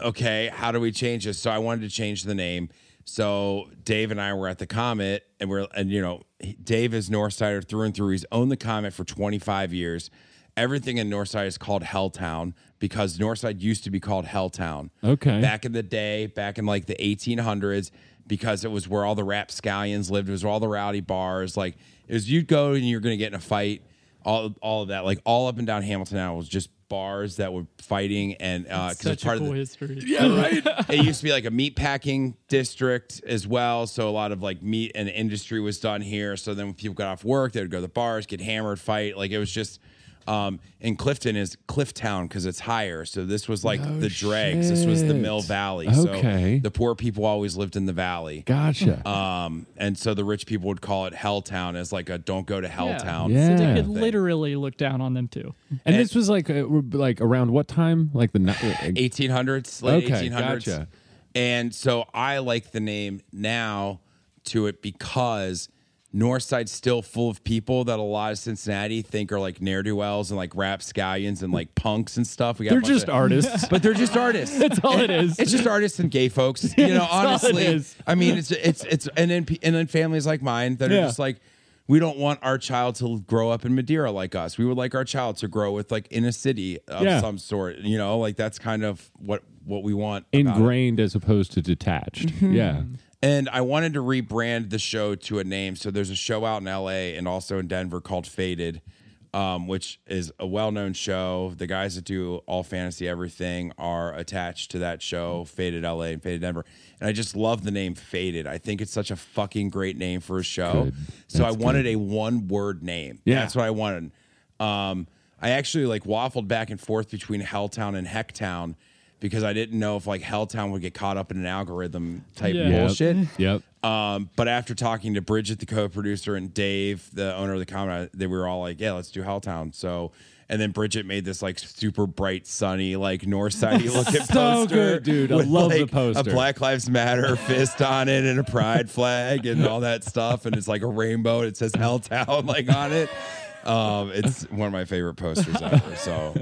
Speaker 3: okay, how do we change this? So I wanted to change the name. So Dave and I were at the Comet, and we're and you know he- Dave is Northsider through and through. He's owned the Comet for 25 years. Everything in Northside is called Helltown because Northside used to be called Helltown.
Speaker 2: Okay.
Speaker 3: Back in the day, back in like the 1800s, because it was where all the rapscallions lived. It was where all the rowdy bars. Like it was, you'd go and you're going to get in a fight. All all of that, like all up and down Hamilton Island, was just bars that were fighting and uh, because
Speaker 1: Such
Speaker 3: part
Speaker 1: a
Speaker 3: of
Speaker 1: cool
Speaker 3: the,
Speaker 1: history.
Speaker 3: yeah, right. it used to be like a meat packing district as well. So a lot of like meat and industry was done here. So then when people got off work, they would go to the bars, get hammered, fight. Like it was just. Um, and Clifton is Clifftown because it's higher. So this was like the dregs. This was the Mill
Speaker 2: shit.
Speaker 3: Valley.
Speaker 2: Okay.
Speaker 3: So the poor people always lived in the valley.
Speaker 2: Gotcha.
Speaker 3: Um, and so the rich people would call it Helltown as like a don't go to Helltown.
Speaker 2: Yeah.
Speaker 1: So they could literally look down on them too.
Speaker 2: and this was like uh, like around what time? Like the ni-
Speaker 3: 1800s, late
Speaker 2: Okay,
Speaker 3: 1800s.
Speaker 2: gotcha.
Speaker 3: And so I like the name now to it because Northside's still full of people that a lot of Cincinnati think are like ne'er do wells and like rap scallions and like punks and stuff. We got a
Speaker 2: They're
Speaker 3: bunch
Speaker 2: just
Speaker 3: of-
Speaker 2: artists.
Speaker 3: but they're just artists.
Speaker 1: That's all it is.
Speaker 3: It's just artists and gay folks, you know.
Speaker 1: all it
Speaker 3: honestly,
Speaker 1: is.
Speaker 3: I mean, it's it's it's and then pe- and then families like mine that
Speaker 2: Yeah.
Speaker 3: are just like, we don't want our child to grow up in Madeira like us. We would like our child to grow with like in a city of
Speaker 2: Yeah.
Speaker 3: some sort, you know. Like that's kind of what what we want. about it. Mm-hmm.
Speaker 2: Ingrained as opposed to detached. Yeah.
Speaker 3: And I wanted to rebrand the show to a name. So there's a show out in LA and also in Denver called Faded, um, which is a well known show. The guys that do All Fantasy Everything are attached to that show, Faded LA and Faded Denver. And I just love the name Faded. I think it's such a fucking great name for a show.
Speaker 2: Good.
Speaker 3: So I wanted a one word name.
Speaker 2: Yeah.
Speaker 3: That's what I wanted. Um, I actually like waffled back and forth between Helltown and Hecktown because I didn't know if like Helltown would get caught up in an algorithm type
Speaker 1: Yeah.
Speaker 2: Yep.
Speaker 3: bullshit.
Speaker 2: Yep.
Speaker 3: Um, but after talking to Bridget, the co-producer, and Dave, the owner of the comedy, they were all like, "Yeah, let's do Helltown." So, and then Bridget made this like super bright, sunny, like Northsidey looking
Speaker 2: So
Speaker 3: poster,
Speaker 2: good, dude. I
Speaker 3: with,
Speaker 2: love the
Speaker 3: like,
Speaker 2: poster.
Speaker 3: A Black Lives Matter fist on it and a pride flag and all that stuff, and it's like a rainbow and it says Helltown like on it. Um, it's one of my favorite posters ever. So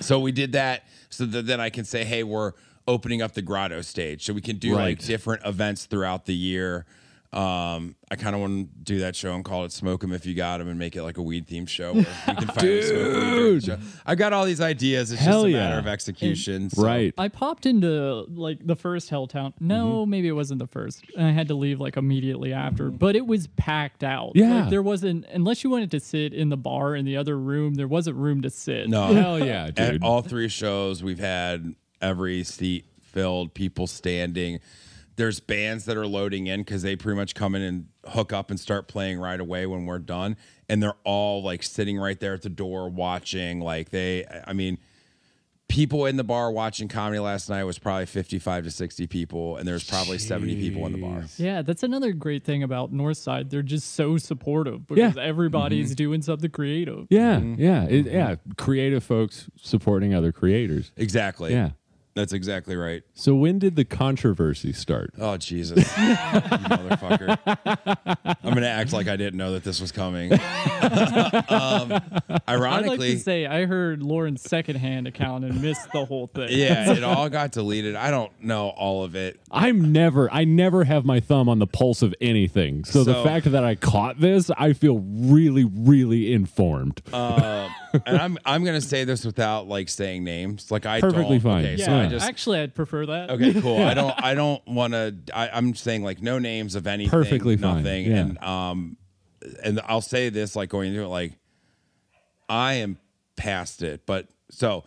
Speaker 3: so we did that so that then I can say, hey, we're opening up the grotto stage. So we can do
Speaker 2: Right.
Speaker 3: like different events throughout the year. Um, I kind of want to do that show and call it Smoke 'em If You Got 'em and make it like a weed themed show where we can finally smoke weed during the show. I've got all these ideas. It's
Speaker 2: Hell
Speaker 3: just a
Speaker 2: yeah.
Speaker 3: matter of execution. so-
Speaker 2: Right. Mm-hmm.
Speaker 1: I popped into like the first Helltown. No, maybe it wasn't the first. And I had to leave like immediately after, but it was packed out.
Speaker 2: Yeah.
Speaker 1: Like, there wasn't, unless you wanted to sit in the bar in the other room, there wasn't room to sit.
Speaker 3: No.
Speaker 2: Hell yeah,
Speaker 3: At
Speaker 2: dude.
Speaker 3: all three shows, we've had every seat filled, people standing. There's bands that are loading in because they pretty much come in and hook up and start playing right away when we're done. And they're all like sitting right there at the door watching. Like they, I mean, people in the bar watching comedy last night was probably 55 to 60 people. And there's probably 70 people in the bar.
Speaker 1: Yeah, that's another great thing about Northside. They're just so supportive because
Speaker 2: Yeah. Mm-hmm.
Speaker 1: everybody's doing something creative.
Speaker 2: Yeah,
Speaker 3: mm-hmm.
Speaker 2: yeah, it, yeah. Creative folks supporting other creators.
Speaker 3: Exactly.
Speaker 2: Yeah.
Speaker 3: That's exactly right.
Speaker 2: So when did the controversy start?
Speaker 3: Oh Jesus, You motherfucker! I'm gonna act like I didn't know that this was coming. um,
Speaker 1: I'd like
Speaker 3: ironically,
Speaker 1: to say I heard Lauren's secondhand account and missed the whole thing.
Speaker 3: yeah, it all got deleted. I don't know all of it.
Speaker 2: I'm never, I never have my thumb on the pulse of anything. So, the
Speaker 3: So-
Speaker 2: fact that I caught this, I feel really, really informed.
Speaker 3: Um, and I'm I'm gonna say this without like saying names. Like I
Speaker 2: Perfectly
Speaker 3: don't.
Speaker 2: fine.
Speaker 3: Okay, so
Speaker 1: Yeah,
Speaker 3: I just
Speaker 1: actually, I'd prefer that.
Speaker 3: Okay, cool. I don't. I don't want to. I'm saying like no names of anything.
Speaker 2: Perfectly fine,
Speaker 3: Nothing.
Speaker 2: yeah.
Speaker 3: And um, and I'll say this like going into it like, I am past it. But so,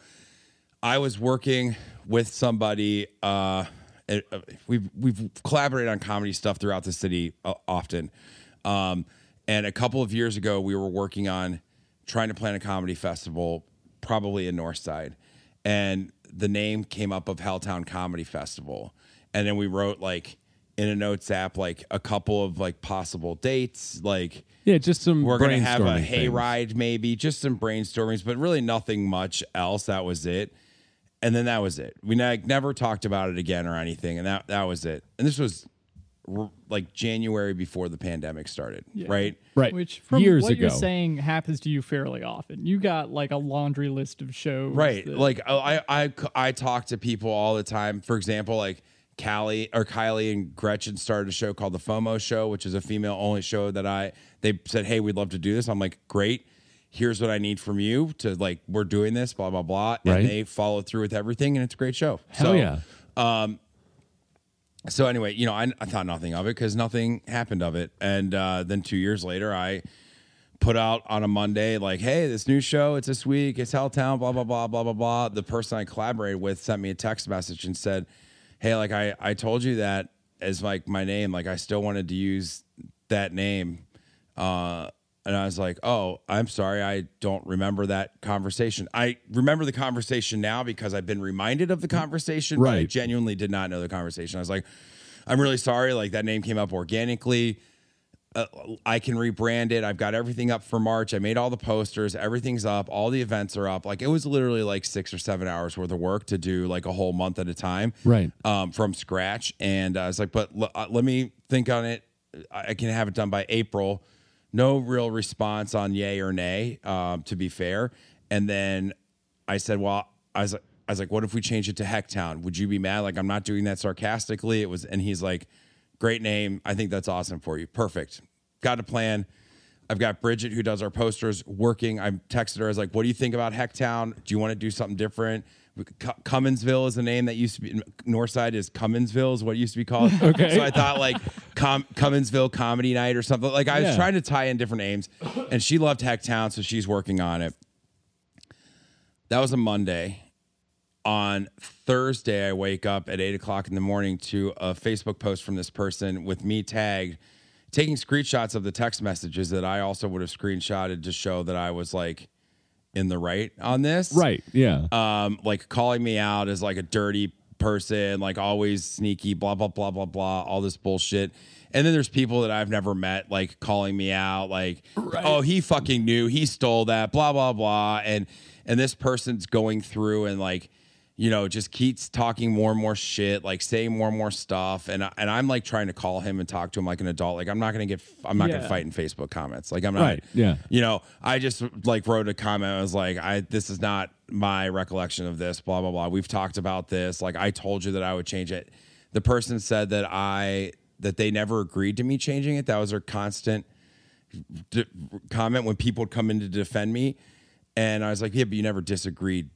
Speaker 3: I was working with somebody. Uh, it- uh, we've we've collaborated on comedy stuff throughout the city uh, often. Um, and a couple of years ago, we were working on trying to plan a comedy festival, probably in Northside and the name came up of Helltown Comedy Festival. And then we wrote like in a notes app like a couple of like possible dates, like
Speaker 2: yeah, just some.
Speaker 3: we're gonna have a
Speaker 2: brainstorming things.
Speaker 3: hayride, maybe just some brainstormings, but really nothing much else. That was it, and then that was it. We like never talked about it again or anything, and that that was it. And this was r- like January before the pandemic started, right?
Speaker 2: Right.
Speaker 1: Which, from
Speaker 2: Years
Speaker 1: what
Speaker 2: ago.
Speaker 1: you're saying, happens to you fairly often. You got like a laundry list of shows.
Speaker 3: Right.
Speaker 1: that-
Speaker 3: Like oh, I, I, I talk to people all the time. For example, like Callie or Kylie and Gretchen started a show called the FOMO Show, which is a female only show that I, they said, Hey, we'd love to do this. I'm like, great. Here's what I need from you to like, we're doing this, blah, blah, blah. And
Speaker 2: Right.
Speaker 3: they follow through with everything. And it's a great show.
Speaker 2: Hell
Speaker 3: so,
Speaker 2: yeah.
Speaker 3: so anyway, you know, I, I thought nothing of it because nothing happened of it. And uh, then two years later, I put out on a Monday, like, hey, this new show, it's this week, it's Helltown, blah, blah, blah, blah, blah, blah. The person I collaborated with sent me a text message and said, hey, like, I, I told you that as like my name, like, I still wanted to use that name. Uh, and I was like, oh, I'm sorry. I don't remember that conversation. I remember the conversation now because I've been reminded of the conversation. but I
Speaker 2: Right.
Speaker 3: genuinely did not know the conversation. I was like, I'm really sorry. Like that name came up organically. Uh, I can rebrand it. I've got everything up for March. I made all the posters. Everything's up. All the events are up. Like it was literally like six or seven hours worth of work to do like a whole month at a time,
Speaker 2: Right.
Speaker 3: Um, from scratch. And I was like, but l- uh, let me think on it. I-, I can have it done by April. No real response on yay or nay. Um, to be fair, and then I said, well, I was like, I was like, what if we change it to Hecktown? Would you be mad? Like, I'm not doing that sarcastically. It was, and he's like, great name. I think that's awesome for you. Perfect. Got a plan. I've got Bridget who does our posters working. I texted her. I was like, what do you think about Hecktown? Do you want to do something different? Cu- Cumminsville is the name that used to be Northside is Cumminsville is what it used to be called. okay. So I thought like Com- Cumminsville comedy night or something. Like I was
Speaker 2: Yeah.
Speaker 3: trying to tie in different names and she loved Hecktown. So she's working on it. That was a Monday. On Thursday, I wake up at eight o'clock in the morning to a Facebook post from this person with me tagged, taking screenshots of the text messages that I also would have screenshotted to show that I was like in the right on this.
Speaker 2: Right. Yeah.
Speaker 3: Um, like calling me out as like a dirty person, like always sneaky, blah, blah, blah, blah, blah, all this bullshit. And then there's people that I've never met, like calling me out, like, oh, he fucking knew, he stole that, blah, blah, blah. And and this person's going through and like, you know, just keeps talking more and more shit, like saying more and more stuff. And I- and I'm like trying to call him and talk to him like an adult. Like I'm not gonna get, I'm not gonna
Speaker 1: Yeah.
Speaker 3: fight in Facebook comments. Like I'm not,
Speaker 2: Right, yeah.
Speaker 3: you know, I just like wrote a comment. I was like, I this is not my recollection of this, blah, blah, blah. We've talked about this. Like I told you that I would change it. The person said that I that they never agreed to me changing it. That was their constant d- comment when people would come in to defend me. And I was like, Yeah, but you never disagreed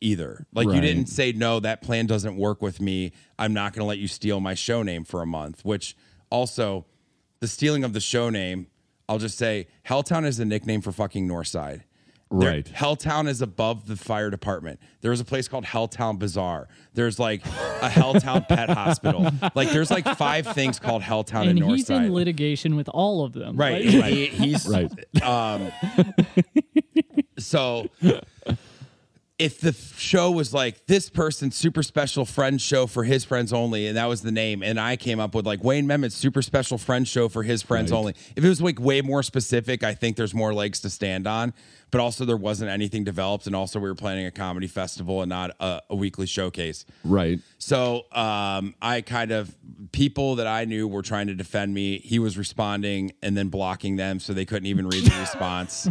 Speaker 3: either. Like you
Speaker 2: Right.
Speaker 3: didn't say no, that plan doesn't work with me. I'm not going to let you steal my show name for a month, which also the stealing of the show name, I'll just say Helltown is a nickname for fucking Northside. There-
Speaker 2: Right.
Speaker 3: Helltown is above the fire department. There was a place called Helltown Bazaar. There's like a Helltown Pet Hospital. Like there's like five things called Helltown
Speaker 1: and
Speaker 3: in Northside.
Speaker 1: he's in litigation with all of them.
Speaker 3: Right.
Speaker 1: Like,
Speaker 3: He- he's
Speaker 2: Right.
Speaker 3: Um, so if the f- show was like this person's super special friend show for his friends only, and that was the name, and I came up with like Wayne Memmett's super special friend show for his friends
Speaker 2: Right.
Speaker 3: only. If it was like way more specific, I think there's more legs to stand on. But also, there wasn't anything developed, and also we were planning a comedy festival and not a, a weekly showcase.
Speaker 2: right.
Speaker 3: So um, I kind of people that I knew were trying to defend me. He was responding and then blocking them, so they couldn't even read the response.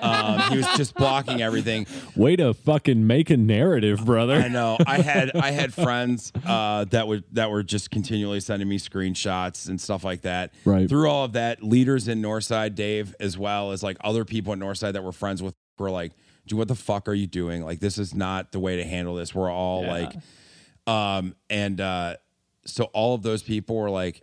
Speaker 3: Um, he was just blocking everything.
Speaker 2: Way to fucking make a narrative, brother.
Speaker 3: I know. I had I had friends uh, that would that were just continually sending me screenshots and stuff like that.
Speaker 2: Right.
Speaker 3: Through all of that, leaders in Northside, Dave, as well as like other people in Northside that we're friends with, were like, "Dude, what the fuck are you doing? Like, this is not the way to handle this." We're all
Speaker 1: Yeah.
Speaker 3: like, um, and uh, so all of those people were like,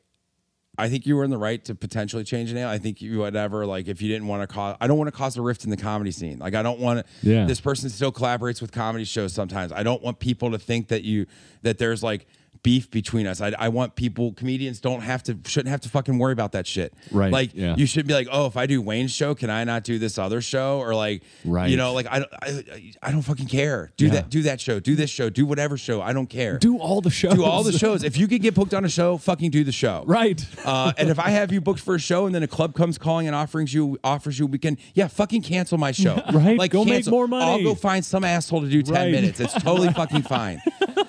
Speaker 3: I think you were in the right to potentially change the name. I think you whatever, like if you didn't want to cause I don't want to cause a rift in the comedy scene. Like I don't want to
Speaker 2: Yeah.
Speaker 3: this person still collaborates with comedy shows sometimes. I don't want people to think that you that there's like beef between us. I, I want people comedians don't have to shouldn't have to fucking worry about that shit.
Speaker 2: Right,
Speaker 3: Like
Speaker 2: yeah.
Speaker 3: you should be like, oh, if I do Wayne's show, can I not do this other show? Or like,
Speaker 2: Right.
Speaker 3: you know, like I don't I, I don't fucking care. Do
Speaker 2: Yeah.
Speaker 3: that do that show. Do this show. Do whatever show. I don't care.
Speaker 2: do all the shows.
Speaker 3: do all the shows. If you could get booked on a show, fucking do the show.
Speaker 2: Right.
Speaker 3: Uh, and if I have you booked for a show and then a club comes calling and offers you offers you a weekend, yeah, fucking cancel my show.
Speaker 2: Right, go make more money.
Speaker 3: I'll go find some asshole to do ten
Speaker 2: Right.
Speaker 3: minutes. It's totally fucking fine.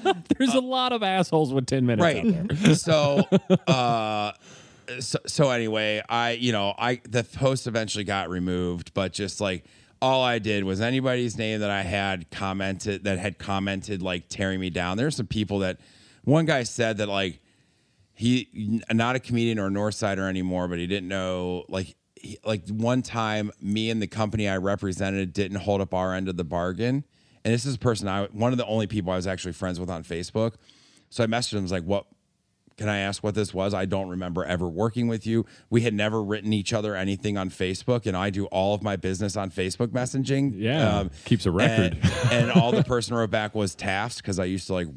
Speaker 3: Uh,
Speaker 2: There's a lot of assholes with 10 minutes out there.
Speaker 3: right so uh so, so anyway i you know i the post eventually got removed but just like all i did was anybody's name that i had commented that had commented like tearing me down there's some people that one guy said that like he n- not a comedian or a north sider anymore but he didn't know like he, like one time me and the company i represented didn't hold up our end of the bargain and this is a person i one of the only people i was actually friends with on facebook so i messaged him was like what can i ask what this was i don't remember ever working with you we had never written each other anything on facebook and i do all of my business on facebook messaging
Speaker 2: Yeah, keeps a record.
Speaker 3: Um, and, and all the person wrote back was tafts because i used to like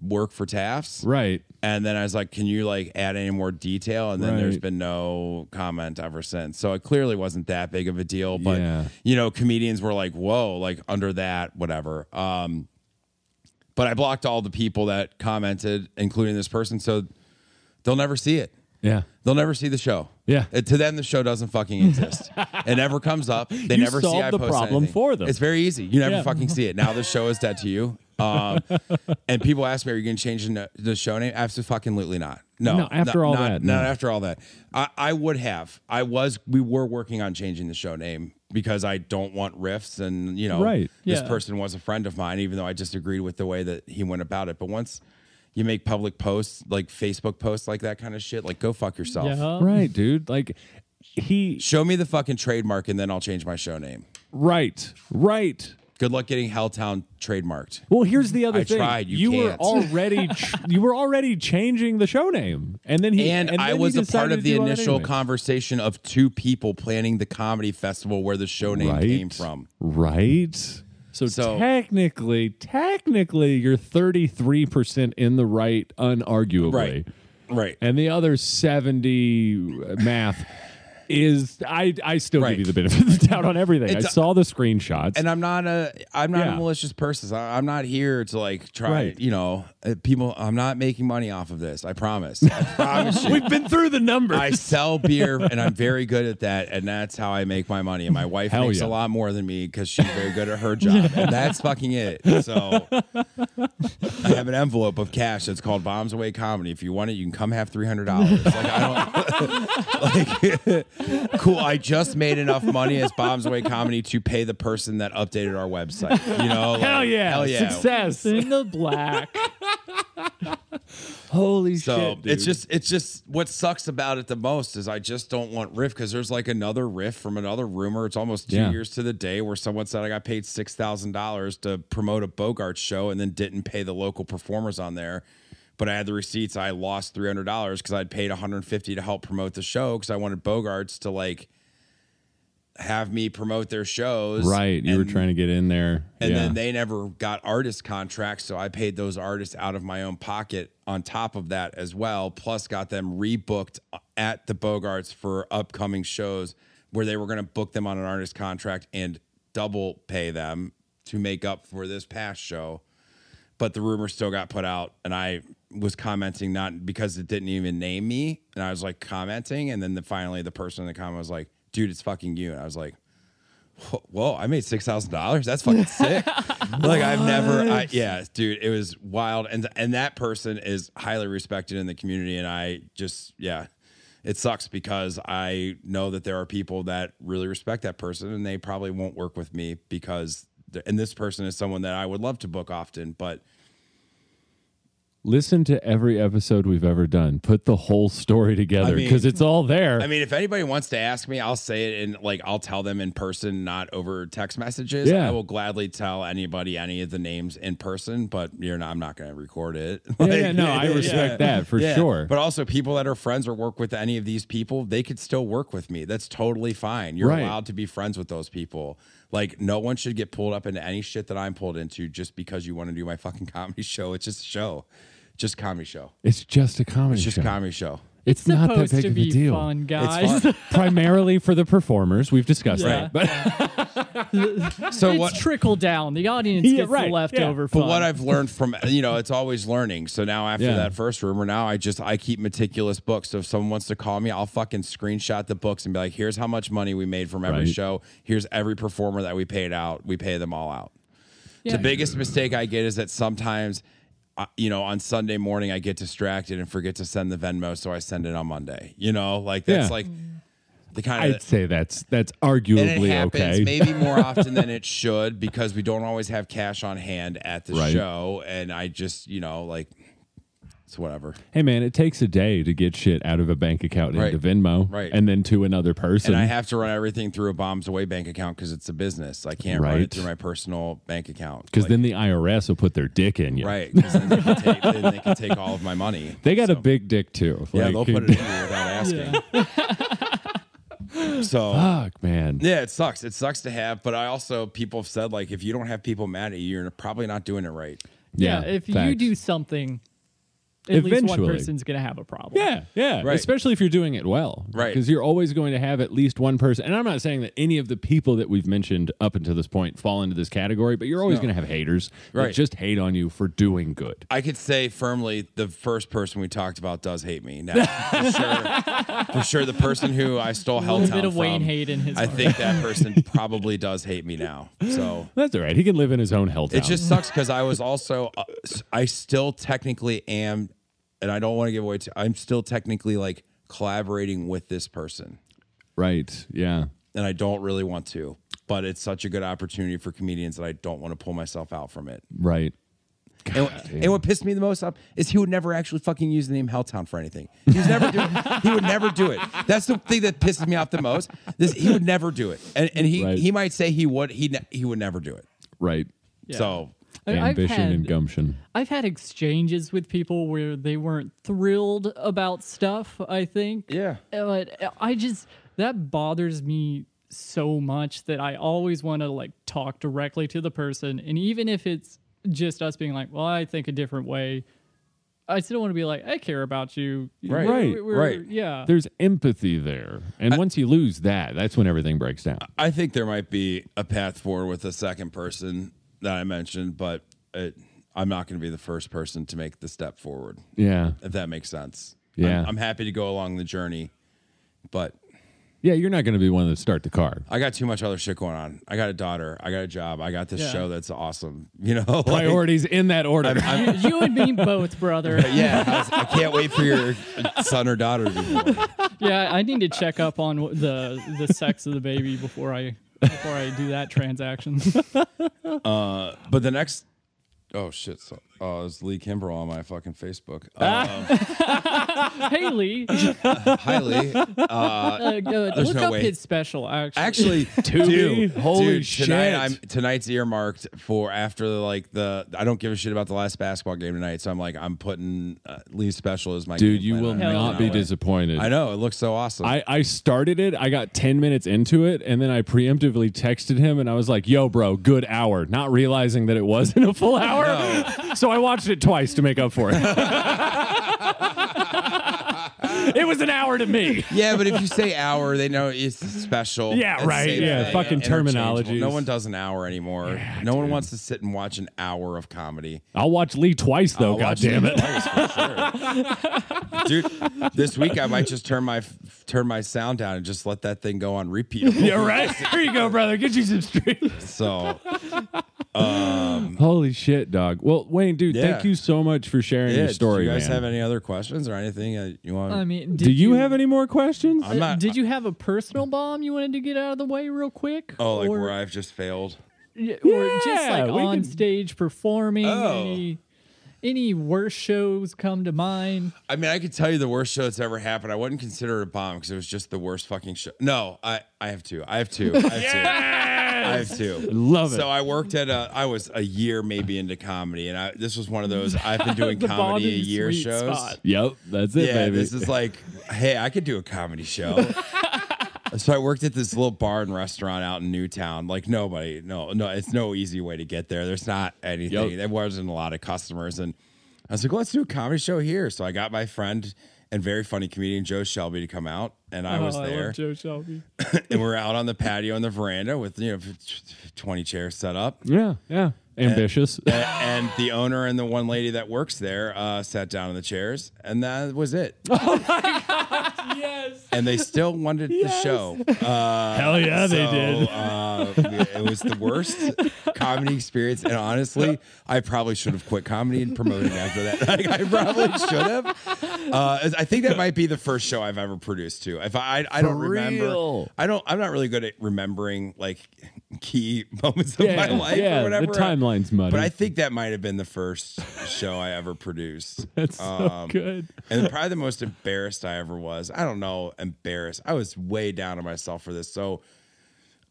Speaker 3: work for tafts
Speaker 2: Right.
Speaker 3: and then I was like, "Can you like add any more detail?" And then
Speaker 2: Right.
Speaker 3: there's been no comment ever since. So it clearly wasn't that big of a deal. But
Speaker 2: Yeah.
Speaker 3: you know, comedians were like, "Whoa!" Like under that, whatever. Um, but I blocked all the people that commented, including this person, so they'll never see it.
Speaker 2: Yeah.
Speaker 3: They'll never see the show.
Speaker 2: Yeah.
Speaker 3: Uh, to them, the show doesn't fucking exist. it never comes up. They
Speaker 2: You
Speaker 3: never see
Speaker 2: solved
Speaker 3: I
Speaker 2: the
Speaker 3: post
Speaker 2: problem
Speaker 3: anything.
Speaker 2: for them.
Speaker 3: It's very easy. You never
Speaker 2: Yeah.
Speaker 3: fucking see it. Now the show is dead to you. Um, and people ask me, "Are you going to change the, the show name?" Absolutely not. No.
Speaker 2: No, after
Speaker 3: not-
Speaker 2: all
Speaker 3: not-
Speaker 2: that,
Speaker 3: Not
Speaker 2: no.
Speaker 3: after all that. I, I would have. I was. We were working on changing the show name because I don't want rifts, and you know,
Speaker 2: Right.
Speaker 3: This
Speaker 1: Yeah.
Speaker 3: person was a friend of mine, even though I disagreed with the way that he went about it. But once. You make public posts like Facebook posts like that kind of shit. Like, go fuck yourself.
Speaker 1: Yeah.
Speaker 2: Right, dude. Like he
Speaker 3: Show me the fucking trademark and then I'll change my show name.
Speaker 2: right. Right.
Speaker 3: Good luck getting Helltown trademarked.
Speaker 2: Well, here's the other
Speaker 3: I
Speaker 2: thing.
Speaker 3: tried, you
Speaker 2: were
Speaker 3: can't.
Speaker 2: already ch- you were already changing the show name, and then he
Speaker 3: And,
Speaker 2: then
Speaker 3: I
Speaker 2: he
Speaker 3: was a
Speaker 2: decided
Speaker 3: part
Speaker 2: to
Speaker 3: of the
Speaker 2: do all that
Speaker 3: initial
Speaker 2: anyway.
Speaker 3: conversation of two people planning the comedy festival where the show name
Speaker 2: right?
Speaker 3: came from.
Speaker 2: Right. So,
Speaker 3: So-
Speaker 2: technically, technically, you're 33 percent in the right, unarguably.
Speaker 3: Right. Right.
Speaker 2: And the other 70 math is I I still
Speaker 3: Right.
Speaker 2: give you the benefit of the doubt on everything. I
Speaker 3: It's-
Speaker 2: saw the screenshots.
Speaker 3: And I'm not a I'm not
Speaker 2: Yeah.
Speaker 3: a malicious person. I, I'm not here to like try.
Speaker 2: Right.
Speaker 3: You know, uh, people. I'm not making money off of this. I promise. I promise you.
Speaker 2: We've been through the numbers.
Speaker 3: I sell beer and I'm very good at that. And that's how I make my money. And my wife
Speaker 2: Hell
Speaker 3: makes
Speaker 2: yeah.
Speaker 3: a lot more than me because she's very good at her job. And that's fucking it. So I have an envelope of cash that's called Bombs Away Comedy. If you want it, you can come have $300. Like, I don't, like, cool. I just made enough money as Bombs Away Comedy to pay the person that updated our website. You know? like,
Speaker 2: Hell yeah.
Speaker 3: Hell yeah.
Speaker 2: Success.
Speaker 1: in the black.
Speaker 2: Holy
Speaker 3: So
Speaker 2: shit. Dude.
Speaker 3: it's just it's just what sucks about it the most is I just don't want riff because there's like another riff from another rumor. It's almost two
Speaker 2: Yeah.
Speaker 3: years to the day where someone said I got paid six thousand dollars to promote a Bogart show and then didn't pay the local performers on there. But I had the receipts. I lost three hundred dollars because I'd paid one hundred fifty to help promote the show because I wanted Bogarts to like have me promote their shows.
Speaker 2: right. You were
Speaker 3: And-
Speaker 2: trying to get in there.
Speaker 3: and
Speaker 2: yeah.
Speaker 3: then they never got artist contracts, so I paid those artists out of my own pocket on top of that as well. Plus, got them rebooked uh, at the Bogarts for upcoming shows where they were going to book them on an artist contract and double pay them to make up for this past show. But the rumor still got put out, and I was commenting not because it didn't even name me, and I was like commenting, and then the, finally the person in the comment was like, "Dude, it's fucking you," and I was like whoa, I made six thousand dollars. That's fucking sick. like I've never, I, yeah, dude, it was wild. And and that person is highly respected in the community. And I just, yeah, it sucks because I know that there are people that really respect that person, and they probably won't work with me because. And this person is someone that I would love to book often, but
Speaker 2: Listen to every episode we've ever done. Put the whole story together
Speaker 3: I mean-
Speaker 2: because it's all there.
Speaker 3: I mean, if anybody wants to ask me, I'll say it and like I'll tell them in person, not over text messages.
Speaker 2: Yeah.
Speaker 3: I will gladly tell anybody any of the names in person, but you're not. I'm not going to record it.
Speaker 2: yeah, yeah, no, I
Speaker 3: Yeah.
Speaker 2: respect that for
Speaker 3: Yeah.
Speaker 2: sure.
Speaker 3: But also, people that are friends or work with any of these people, they could still work with me. That's totally fine. You're
Speaker 2: Right.
Speaker 3: allowed to be friends with those people. Like, no one should get pulled up into any shit that I'm pulled into just because you want to do my fucking comedy show. It's just a show, just comedy show,
Speaker 2: it's just a comedy
Speaker 3: just
Speaker 2: show.
Speaker 3: comedy show.
Speaker 2: it's,
Speaker 1: It's
Speaker 2: not that
Speaker 1: supposed
Speaker 2: big
Speaker 1: to
Speaker 2: of a
Speaker 1: be
Speaker 2: deal.
Speaker 1: fun,
Speaker 3: It's
Speaker 1: guys.
Speaker 3: fun.
Speaker 2: Primarily for the performers, we've discussed
Speaker 1: Yeah.
Speaker 2: that. But
Speaker 3: So
Speaker 1: it's
Speaker 3: what?
Speaker 1: trickle down. The audience
Speaker 2: Yeah,
Speaker 1: gets
Speaker 2: right,
Speaker 1: the
Speaker 2: yeah.
Speaker 1: leftover fun.
Speaker 3: But what I've learned from you know, it's always learning. So now after
Speaker 2: Yeah.
Speaker 3: that first rumor, now I just I keep meticulous books. So if someone wants to call me, I'll fucking screenshot the books and be like, here's how much money we made from every
Speaker 2: Right.
Speaker 3: show. Here's every performer that we paid out. We pay them all out.
Speaker 1: Yeah.
Speaker 3: The biggest mistake I get is that sometimes, uh, you know, on Sunday morning I get distracted and forget to send the Venmo, so I send it on Monday. You know, like that's
Speaker 2: Yeah.
Speaker 3: like the kind
Speaker 2: I'd
Speaker 3: of.
Speaker 2: say that's that's
Speaker 3: And it
Speaker 2: arguably
Speaker 3: happens
Speaker 2: okay.
Speaker 3: maybe more often than it should because we don't always have cash on hand at the
Speaker 2: Right.
Speaker 3: show. And I just, you know, like, it's whatever.
Speaker 2: Hey man, it takes a day to get shit out of a bank account
Speaker 3: Right.
Speaker 2: into Venmo,
Speaker 3: Right.
Speaker 2: and then to another person.
Speaker 3: and I have to run everything through a bombs away bank account because it's a business. I can't run
Speaker 2: Right.
Speaker 3: it through my personal bank account
Speaker 2: because
Speaker 3: Like,
Speaker 2: then the IRS will put their dick in you.
Speaker 3: right? 'cause then, they can take, then they can take all of my money.
Speaker 2: They got a big dick too.
Speaker 3: yeah,
Speaker 2: Like,
Speaker 3: they'll put it in you without asking. so
Speaker 2: Fuck, man.
Speaker 3: yeah, it sucks. It sucks to have, but I also people have said like if you don't have people mad at you, you're probably not doing it right.
Speaker 1: Yeah,
Speaker 2: Yeah,
Speaker 1: if you
Speaker 2: facts.
Speaker 1: do something, at least one
Speaker 2: Eventually.
Speaker 1: person's gonna have a problem.
Speaker 2: Yeah, yeah.
Speaker 3: Right.
Speaker 2: Especially if you're doing it well.
Speaker 3: Right.
Speaker 2: Because you're always going to have at least one person. And I'm not saying that any of the people that we've mentioned up until this point fall into this category, but you're always going to have haters
Speaker 3: Right.
Speaker 2: that just hate on you for doing good.
Speaker 3: I could say firmly the first person we talked about does hate me now. For sure, for sure the person who I
Speaker 1: a
Speaker 3: stole
Speaker 1: little
Speaker 3: Helltown
Speaker 1: bit of Wayne
Speaker 3: from,
Speaker 1: Hayden. His
Speaker 3: I
Speaker 1: heart.
Speaker 3: think that person probably does hate me now. So
Speaker 2: That's all right. He can live in his own hell town.
Speaker 3: It just sucks because I was also, uh, s- I still technically am, and I don't want to give away. To, I'm still technically like collaborating with this person,
Speaker 2: right. Yeah.
Speaker 3: and I don't really want to. But it's such a good opportunity for comedians that I don't want to pull myself out from it.
Speaker 2: Right.
Speaker 3: And, what- and what pissed me the most up is he would never actually fucking use the name Helltown for anything. He was never doing. He would never do it. That's the thing that pisses me off the most. This he would never do it, and and he
Speaker 2: Right.
Speaker 3: he might say he would he ne- he would never do it.
Speaker 2: Right.
Speaker 1: Yeah.
Speaker 3: So
Speaker 1: I- I've
Speaker 2: Ambition
Speaker 1: had-
Speaker 2: and gumption.
Speaker 1: I've had exchanges with people where they weren't thrilled about stuff, I think.
Speaker 3: Yeah.
Speaker 1: But I just, that bothers me so much that I always want to like talk directly to the person. And even if it's just us being like, well, I think a different way, I still want to be like, I care about you.
Speaker 3: Right, right.
Speaker 1: Yeah.
Speaker 2: There's empathy there. And once you lose that, that's when everything breaks down.
Speaker 3: I think there might be a path forward with the second person that I mentioned, but it, I'm not going to be the first person to make the step forward,
Speaker 2: Yeah.
Speaker 3: if that makes sense.
Speaker 2: Yeah.
Speaker 3: I'm, I'm happy to go along the journey, but
Speaker 2: Yeah, you're not going to be one to start the car.
Speaker 3: I got too much other shit going on. I got a daughter. I got a job. I got this
Speaker 1: Yeah.
Speaker 3: show that's awesome. You know, like-
Speaker 2: Priorities in that order.
Speaker 1: you, you and me both, brother.
Speaker 3: yeah, I, was- I can't wait for your son or daughter to be born.
Speaker 1: yeah, I need to check up on wh- the the sex of the baby before I before I do that transaction.
Speaker 3: But the next, oh shit, so, oh, it was Lee Kimbrell on my fucking Facebook. Um,
Speaker 1: Haley,
Speaker 3: hi Lee.
Speaker 1: uh, uh, look
Speaker 3: no
Speaker 1: up
Speaker 3: way.
Speaker 1: his special. Actually,
Speaker 3: Actually,
Speaker 2: Tubi?
Speaker 3: dude,
Speaker 2: Holy
Speaker 3: dude,
Speaker 2: shit.
Speaker 3: Tonight, I'm tonight's earmarked for after the, like the. I don't give a shit about the last basketball game tonight, so I'm like, I'm putting uh, Lee Special as my
Speaker 2: Dude,
Speaker 3: game
Speaker 2: you
Speaker 3: plan
Speaker 2: will
Speaker 3: tonight.
Speaker 2: not be disappointed.
Speaker 3: I know it looks so awesome.
Speaker 2: I, I started it. I got 10 minutes into it, and then I preemptively texted him, and I was like, yo, bro, good hour, not realizing that it wasn't a full hour. So I watched it twice to make up for it. it was an hour to me.
Speaker 3: yeah, but if you say hour, they know it's special.
Speaker 2: Yeah,
Speaker 3: It's
Speaker 2: right,
Speaker 3: same
Speaker 2: yeah,
Speaker 3: thing,
Speaker 2: fucking
Speaker 3: interchangeable.
Speaker 2: terminologies.
Speaker 3: No one does an hour anymore. no one wants to sit and watch an hour of comedy.
Speaker 2: I'll watch Lee twice, though,
Speaker 3: I'll
Speaker 2: God
Speaker 3: watch
Speaker 2: damn Oh, it.
Speaker 3: twice for sure. dude. This week I might just turn my turn my sound down and just let that thing go on repeat.
Speaker 2: Yeah, right. Here you go, brother. Get you some streams.
Speaker 3: So
Speaker 2: Holy shit, dog. Well, Wayne, dude,
Speaker 3: Yeah.
Speaker 2: thank you so much for sharing your
Speaker 3: did.
Speaker 2: story.
Speaker 3: Do you guys
Speaker 2: man.
Speaker 3: have any other questions or anything that you want?
Speaker 1: I mean, uh,
Speaker 2: Do you, have any more questions?
Speaker 3: I'm not.
Speaker 1: Did you have a personal bomb you wanted to get out of the way real quick?
Speaker 3: oh, like
Speaker 1: or,
Speaker 3: where I've just failed.
Speaker 1: yeah, or just
Speaker 2: Yeah,
Speaker 1: like
Speaker 2: we
Speaker 1: on
Speaker 2: could-
Speaker 1: stage performing?
Speaker 3: Oh.
Speaker 1: Any, any worse shows come to mind?
Speaker 3: I mean, I could tell you the worst show that's ever happened. I wouldn't consider it a bomb because it was just the worst fucking show. No, I I have two. I have two. I have two. I have two.
Speaker 2: Love it.
Speaker 3: Uh, So I worked at a. I was a year maybe into comedy, and I, this was one of those. I've been doing
Speaker 1: The
Speaker 3: comedy a
Speaker 1: bottom
Speaker 3: year
Speaker 1: sweet
Speaker 3: shows.
Speaker 1: spot.
Speaker 2: Yep, that's it,
Speaker 3: Yeah,
Speaker 2: baby.
Speaker 3: this is like, hey, I could do a comedy show. so I worked at this little bar and restaurant out in Newtown. Like nobody, no, no, it's no easy way to get there. There's not anything.
Speaker 2: Yep.
Speaker 3: There wasn't a lot of customers, and I was like, let's do a comedy show here. So I got my friend and very funny comedian Joe Shelby to come out. and I was
Speaker 1: Oh, I
Speaker 3: there.
Speaker 1: love Joe Shelby.
Speaker 3: and we're out on the patio in the veranda with you know 20 chairs set up.
Speaker 2: Yeah, yeah. Ambitious.
Speaker 3: A- and the owner and the one lady that works there uh, sat down in the chairs, and that was it.
Speaker 1: yes.
Speaker 3: And they still wanted the show. Uh,
Speaker 2: Hell yeah, they
Speaker 3: so,
Speaker 2: did.
Speaker 3: Uh, it was the worst comedy experience, and honestly, I probably should have quit comedy and promoted after that. Like, I probably should have. Uh, I think that might be the first show I've ever produced too. If I, I, I don't
Speaker 2: For
Speaker 3: remember,
Speaker 2: real?
Speaker 3: I don't. I'm not really good at remembering like key moments of my
Speaker 2: Yeah,
Speaker 3: life
Speaker 2: yeah,
Speaker 3: or
Speaker 2: the
Speaker 3: whatever.
Speaker 2: timeline's muddy.
Speaker 3: But I think that might have been the first show I ever produced.
Speaker 2: That's so
Speaker 3: Um,
Speaker 2: good.
Speaker 3: And probably the most embarrassed I ever was. I don't know, embarrassed. I was way down on myself for this. So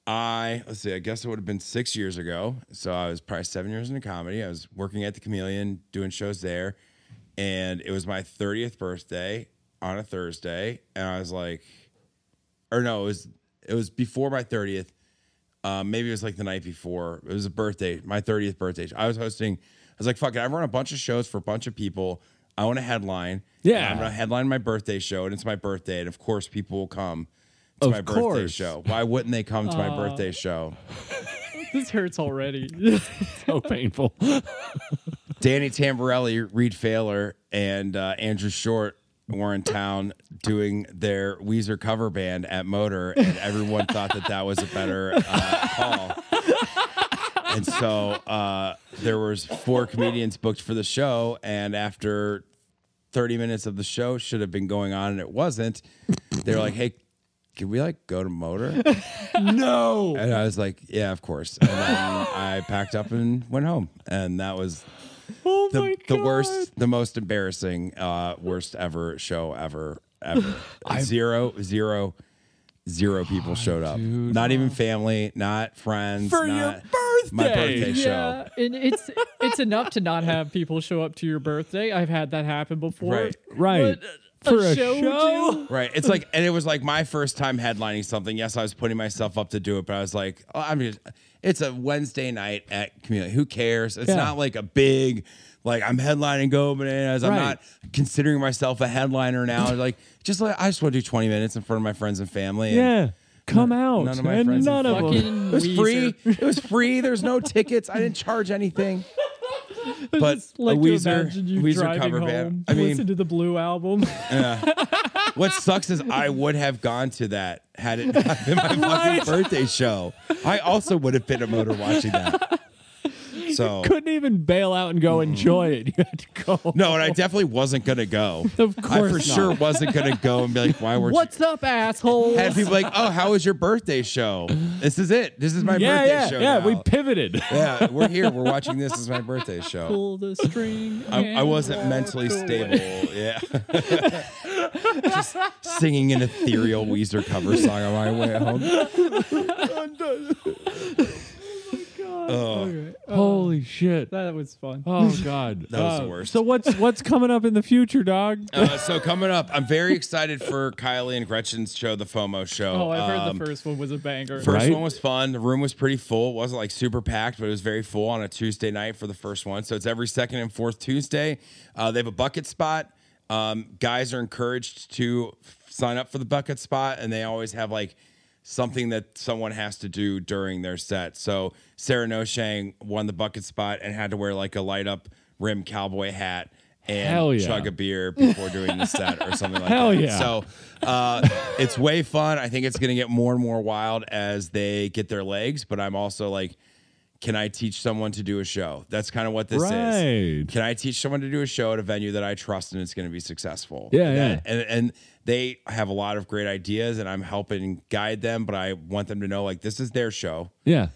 Speaker 3: I let's see, I guess it would have been six years ago. So I was probably seven years into comedy. I was working at the Chameleon, doing shows there, and it was my 30th birthday on a Thursday. And I was like, or no, it was it was before my 30th. Um, maybe it was like the night before. It was a birthday, my 30th birthday. I was hosting, I was like, fuck it, I run a bunch of shows for a bunch of people. I want a headline.
Speaker 2: Yeah.
Speaker 3: And I'm gonna headline my birthday show, and it's my birthday, and of course people will come to
Speaker 2: Of
Speaker 3: my birthday
Speaker 2: course.
Speaker 3: show. Why wouldn't they come to my birthday show?
Speaker 1: This hurts already.
Speaker 2: So painful.
Speaker 3: Danny Tamborelli, Reed Failer, and uh, Andrew Short were in town doing their Weezer cover band at Motor, and everyone thought that that was a better uh, call. And so uh, there was four comedians booked for the show, and after 30 minutes of the show should have been going on and it wasn't, they were like, "Hey, can we like go to Motor?"
Speaker 2: no.
Speaker 3: And I was like, yeah, of course. And then I packed up and went home. And that was
Speaker 1: oh my
Speaker 3: the,
Speaker 1: god.
Speaker 3: the worst, the most embarrassing, uh, worst ever show ever, ever. zero, zero, zero people showed up. Not even family, not friends.
Speaker 2: For your
Speaker 3: not My
Speaker 2: birthday.
Speaker 3: birthday
Speaker 1: Yeah,
Speaker 3: show.
Speaker 1: and it's it's enough to not have people show up to your birthday. I've had that happen before.
Speaker 3: Right.
Speaker 2: Right.
Speaker 1: But
Speaker 2: For a
Speaker 1: show,
Speaker 2: show?
Speaker 1: dude?
Speaker 3: Right. It's like, and it was like my first time headlining something. Yes, I was putting myself up to do it, but I was like, oh, I mean, it's a Wednesday night at community. Who cares? It's
Speaker 2: Yeah.
Speaker 3: not like a big, like I'm headlining Go Bananas. I'm
Speaker 2: Right.
Speaker 3: not considering myself a headliner now. like, just like I just want to do 20 minutes in front of my friends and family. and
Speaker 2: Yeah. Come out.
Speaker 3: None of my
Speaker 2: and
Speaker 3: friends
Speaker 2: none
Speaker 3: and
Speaker 2: of
Speaker 1: fucking-
Speaker 2: them.
Speaker 3: It was
Speaker 1: Weezer.
Speaker 3: free. It was free. There's no tickets. I didn't charge anything. But
Speaker 1: Just like
Speaker 3: a
Speaker 1: to
Speaker 3: Weezer,
Speaker 1: imagine you
Speaker 3: Weezer
Speaker 1: driving
Speaker 3: cover
Speaker 1: home,
Speaker 3: band. I mean,
Speaker 1: listen to the Blue album.
Speaker 3: What sucks is I would have gone to that had it not been my fucking birthday show. I also would have been a motor watching that. So
Speaker 2: Couldn't even bail out and go
Speaker 3: Mm-hmm.
Speaker 2: enjoy it. You had to go.
Speaker 3: no, and I definitely wasn't gonna go.
Speaker 1: Of
Speaker 3: I for
Speaker 1: course not.
Speaker 3: sure wasn't gonna go and be like, why were
Speaker 1: What's up, asshole?
Speaker 3: had people like, oh, how was your birthday show? This is it. This is my
Speaker 2: Yeah,
Speaker 3: birthday
Speaker 2: yeah,
Speaker 3: show.
Speaker 2: yeah.
Speaker 3: now.
Speaker 2: We pivoted.
Speaker 3: yeah, we're here. We're watching this as my birthday show.
Speaker 1: Pull the string.
Speaker 3: I, I
Speaker 1: and
Speaker 3: wasn't mentally
Speaker 1: walk away.
Speaker 3: stable. Yeah. Just singing an ethereal Weezer cover song on my way home.
Speaker 1: Okay.
Speaker 2: Holy shit.
Speaker 1: That was fun.
Speaker 2: Oh God,
Speaker 3: That was the worst.
Speaker 2: So what's what's coming up in the future, dog?
Speaker 3: Uh, so coming up, I'm very excited for Kylie and Gretchen's show, the FOMO show.
Speaker 1: Oh, I've heard
Speaker 3: Um,
Speaker 1: the first one was a banger.
Speaker 3: First
Speaker 2: Right?
Speaker 3: one was fun. The room was pretty full. It wasn't like super packed, but it was very full on a Tuesday night for the first one. So it's every second and fourth Tuesday. Uh, they have a bucket spot. Um, guys are encouraged to f- sign up for the bucket spot, and they always have like something that someone has to do during their set. So Sarah Noshang won the bucket spot and had to wear like a light up rim cowboy hat.
Speaker 2: Hell
Speaker 3: And
Speaker 2: yeah.
Speaker 3: chug a beer before doing the set or something like
Speaker 2: Hell
Speaker 3: that.
Speaker 2: yeah.
Speaker 3: So uh, it's way fun. I think it's going to get more and more wild as they get their legs. But I'm also like, can I teach someone to do a show? That's kind of what this
Speaker 2: Right.
Speaker 3: is. Can I teach someone to do a show at a venue that I trust and it's going to be successful?
Speaker 2: Yeah,
Speaker 3: and
Speaker 2: yeah.
Speaker 3: and and they have a lot of great ideas, and I'm helping guide them. But I want them to know like this is their show
Speaker 2: Yeah,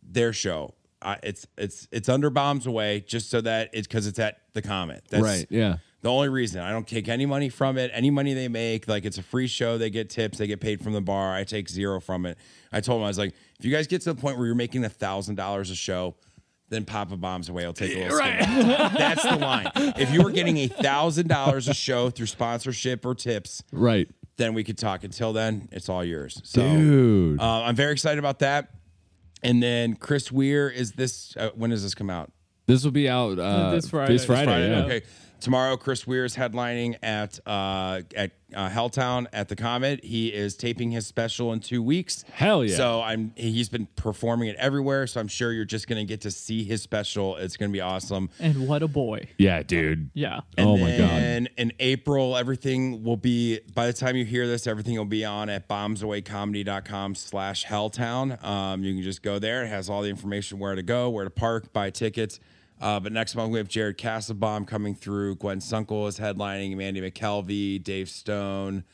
Speaker 3: their show. I, it's it's it's under bombs away just so that it's because it's at the Comet. That's
Speaker 2: Right, yeah.
Speaker 3: The only reason I don't take any money from it, any money they make, like it's a free show. They get tips. They get paid from the bar. I take zero from it. I told them I was like, if you guys get to the point where you're making a thousand dollars a show. Then Papa Bombs away. I'll take a little. Right. That's the line. If you were getting a thousand dollars a show through sponsorship or tips,
Speaker 2: right,
Speaker 3: then we could talk. Until then, it's all yours. So,
Speaker 2: dude.
Speaker 3: uh, I'm very excited about that. And then Chris Weir is this. Uh, when does this come out?
Speaker 2: this will be out uh,
Speaker 1: This Friday.
Speaker 2: This
Speaker 1: This
Speaker 2: Friday.
Speaker 1: Friday,
Speaker 2: yeah.
Speaker 3: Okay. Tomorrow, Chris Weir is headlining at uh, at uh, Helltown at the Comet. He is taping his special in two weeks.
Speaker 2: Hell yeah.
Speaker 3: So I'm he's been performing it everywhere. So I'm sure you're just gonna get to see his special. It's gonna be awesome.
Speaker 1: And what a boy.
Speaker 2: Yeah, dude.
Speaker 1: Yeah.
Speaker 2: oh my god.
Speaker 3: And in April, everything will be, by the time you hear this, everything will be on at bombsawaycomedy.com slash helltown. Um, you can just go there. It has all the information where to go, where to park, buy tickets. Uh, but next month, we have Jared Castlebaum coming through. Gwen Sunkel is headlining, Mandy McKelvey, Dave Stone,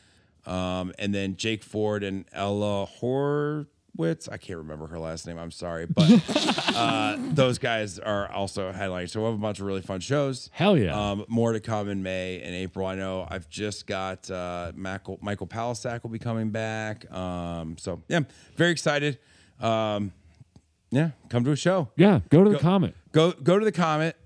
Speaker 3: um, and then Jake Ford and Ella Horwitz. I can't remember her last name. I'm sorry. But uh, those guys are also headlining. So we'll have a bunch of really fun shows.
Speaker 2: Hell yeah.
Speaker 3: Um, more to come in May and April. I know I've just got uh, Michael, Michael Palisak will be coming back. Um, so yeah, very excited. Um, yeah, come to a show.
Speaker 2: Yeah, go to the comet.
Speaker 3: Go go to the Comet.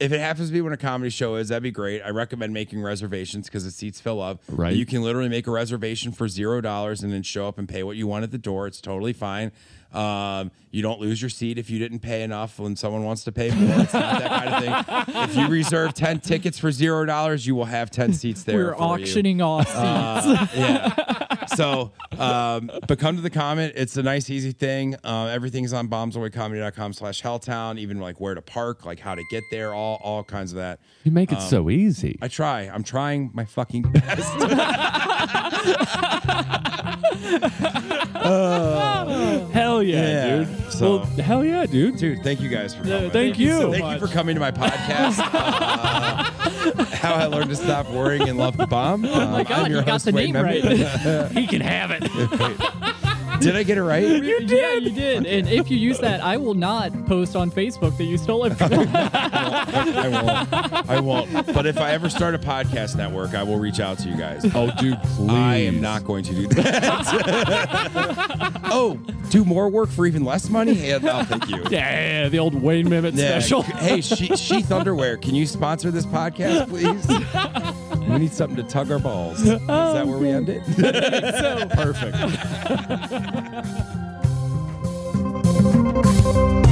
Speaker 3: If it happens to be when a comedy show is, that'd be great. I recommend making reservations because the seats fill up.
Speaker 2: Right.
Speaker 3: You can literally make a reservation for zero dollars and then show up and pay what you want at the door. It's totally fine. Um, you don't lose your seat if you didn't pay enough when someone wants to pay more. It's not that kind of thing. If you reserve ten tickets for zero dollars, you will have ten seats there.
Speaker 1: We're
Speaker 3: for you. Uh,
Speaker 1: auctioning off seats.
Speaker 3: yeah. So, um, but come to the comment. It's a nice, easy thing. Uh, everything's on bombsawaycomedy.com slash helltown, even like where to park, like how to get there, all, all kinds of that.
Speaker 2: You make it so easy.
Speaker 3: I try. I'm trying my fucking best.
Speaker 2: hell yeah,
Speaker 3: Yeah,
Speaker 2: dude.
Speaker 3: so-
Speaker 2: Well, hell yeah, dude.
Speaker 3: Dude, thank you guys for coming.
Speaker 2: thank you. so
Speaker 3: thank
Speaker 1: much.
Speaker 3: you for coming to my podcast. uh, how I learned to stop worrying and love the bomb. Um,
Speaker 1: Oh My God, you got the
Speaker 3: Wade
Speaker 1: name
Speaker 3: Memby.
Speaker 1: right.
Speaker 2: He can have it.
Speaker 3: Did I get it right?
Speaker 1: Yeah, you did. And if you use that, I will not post on Facebook that you stole it from me.
Speaker 3: I won't. I won't. But if I ever start a podcast network, I will reach out to you guys.
Speaker 2: oh, dude, please.
Speaker 3: I am not going to do that. oh, do more work for even less money? Yeah, no, thank you.
Speaker 2: Yeah, the old Wayne Mimit
Speaker 3: Yeah.
Speaker 2: special.
Speaker 3: Hey, she, Sheath Underwear, can you sponsor this podcast, please? We need something to tug our balls. Is
Speaker 2: Oh,
Speaker 3: that where we end it?
Speaker 2: Perfect.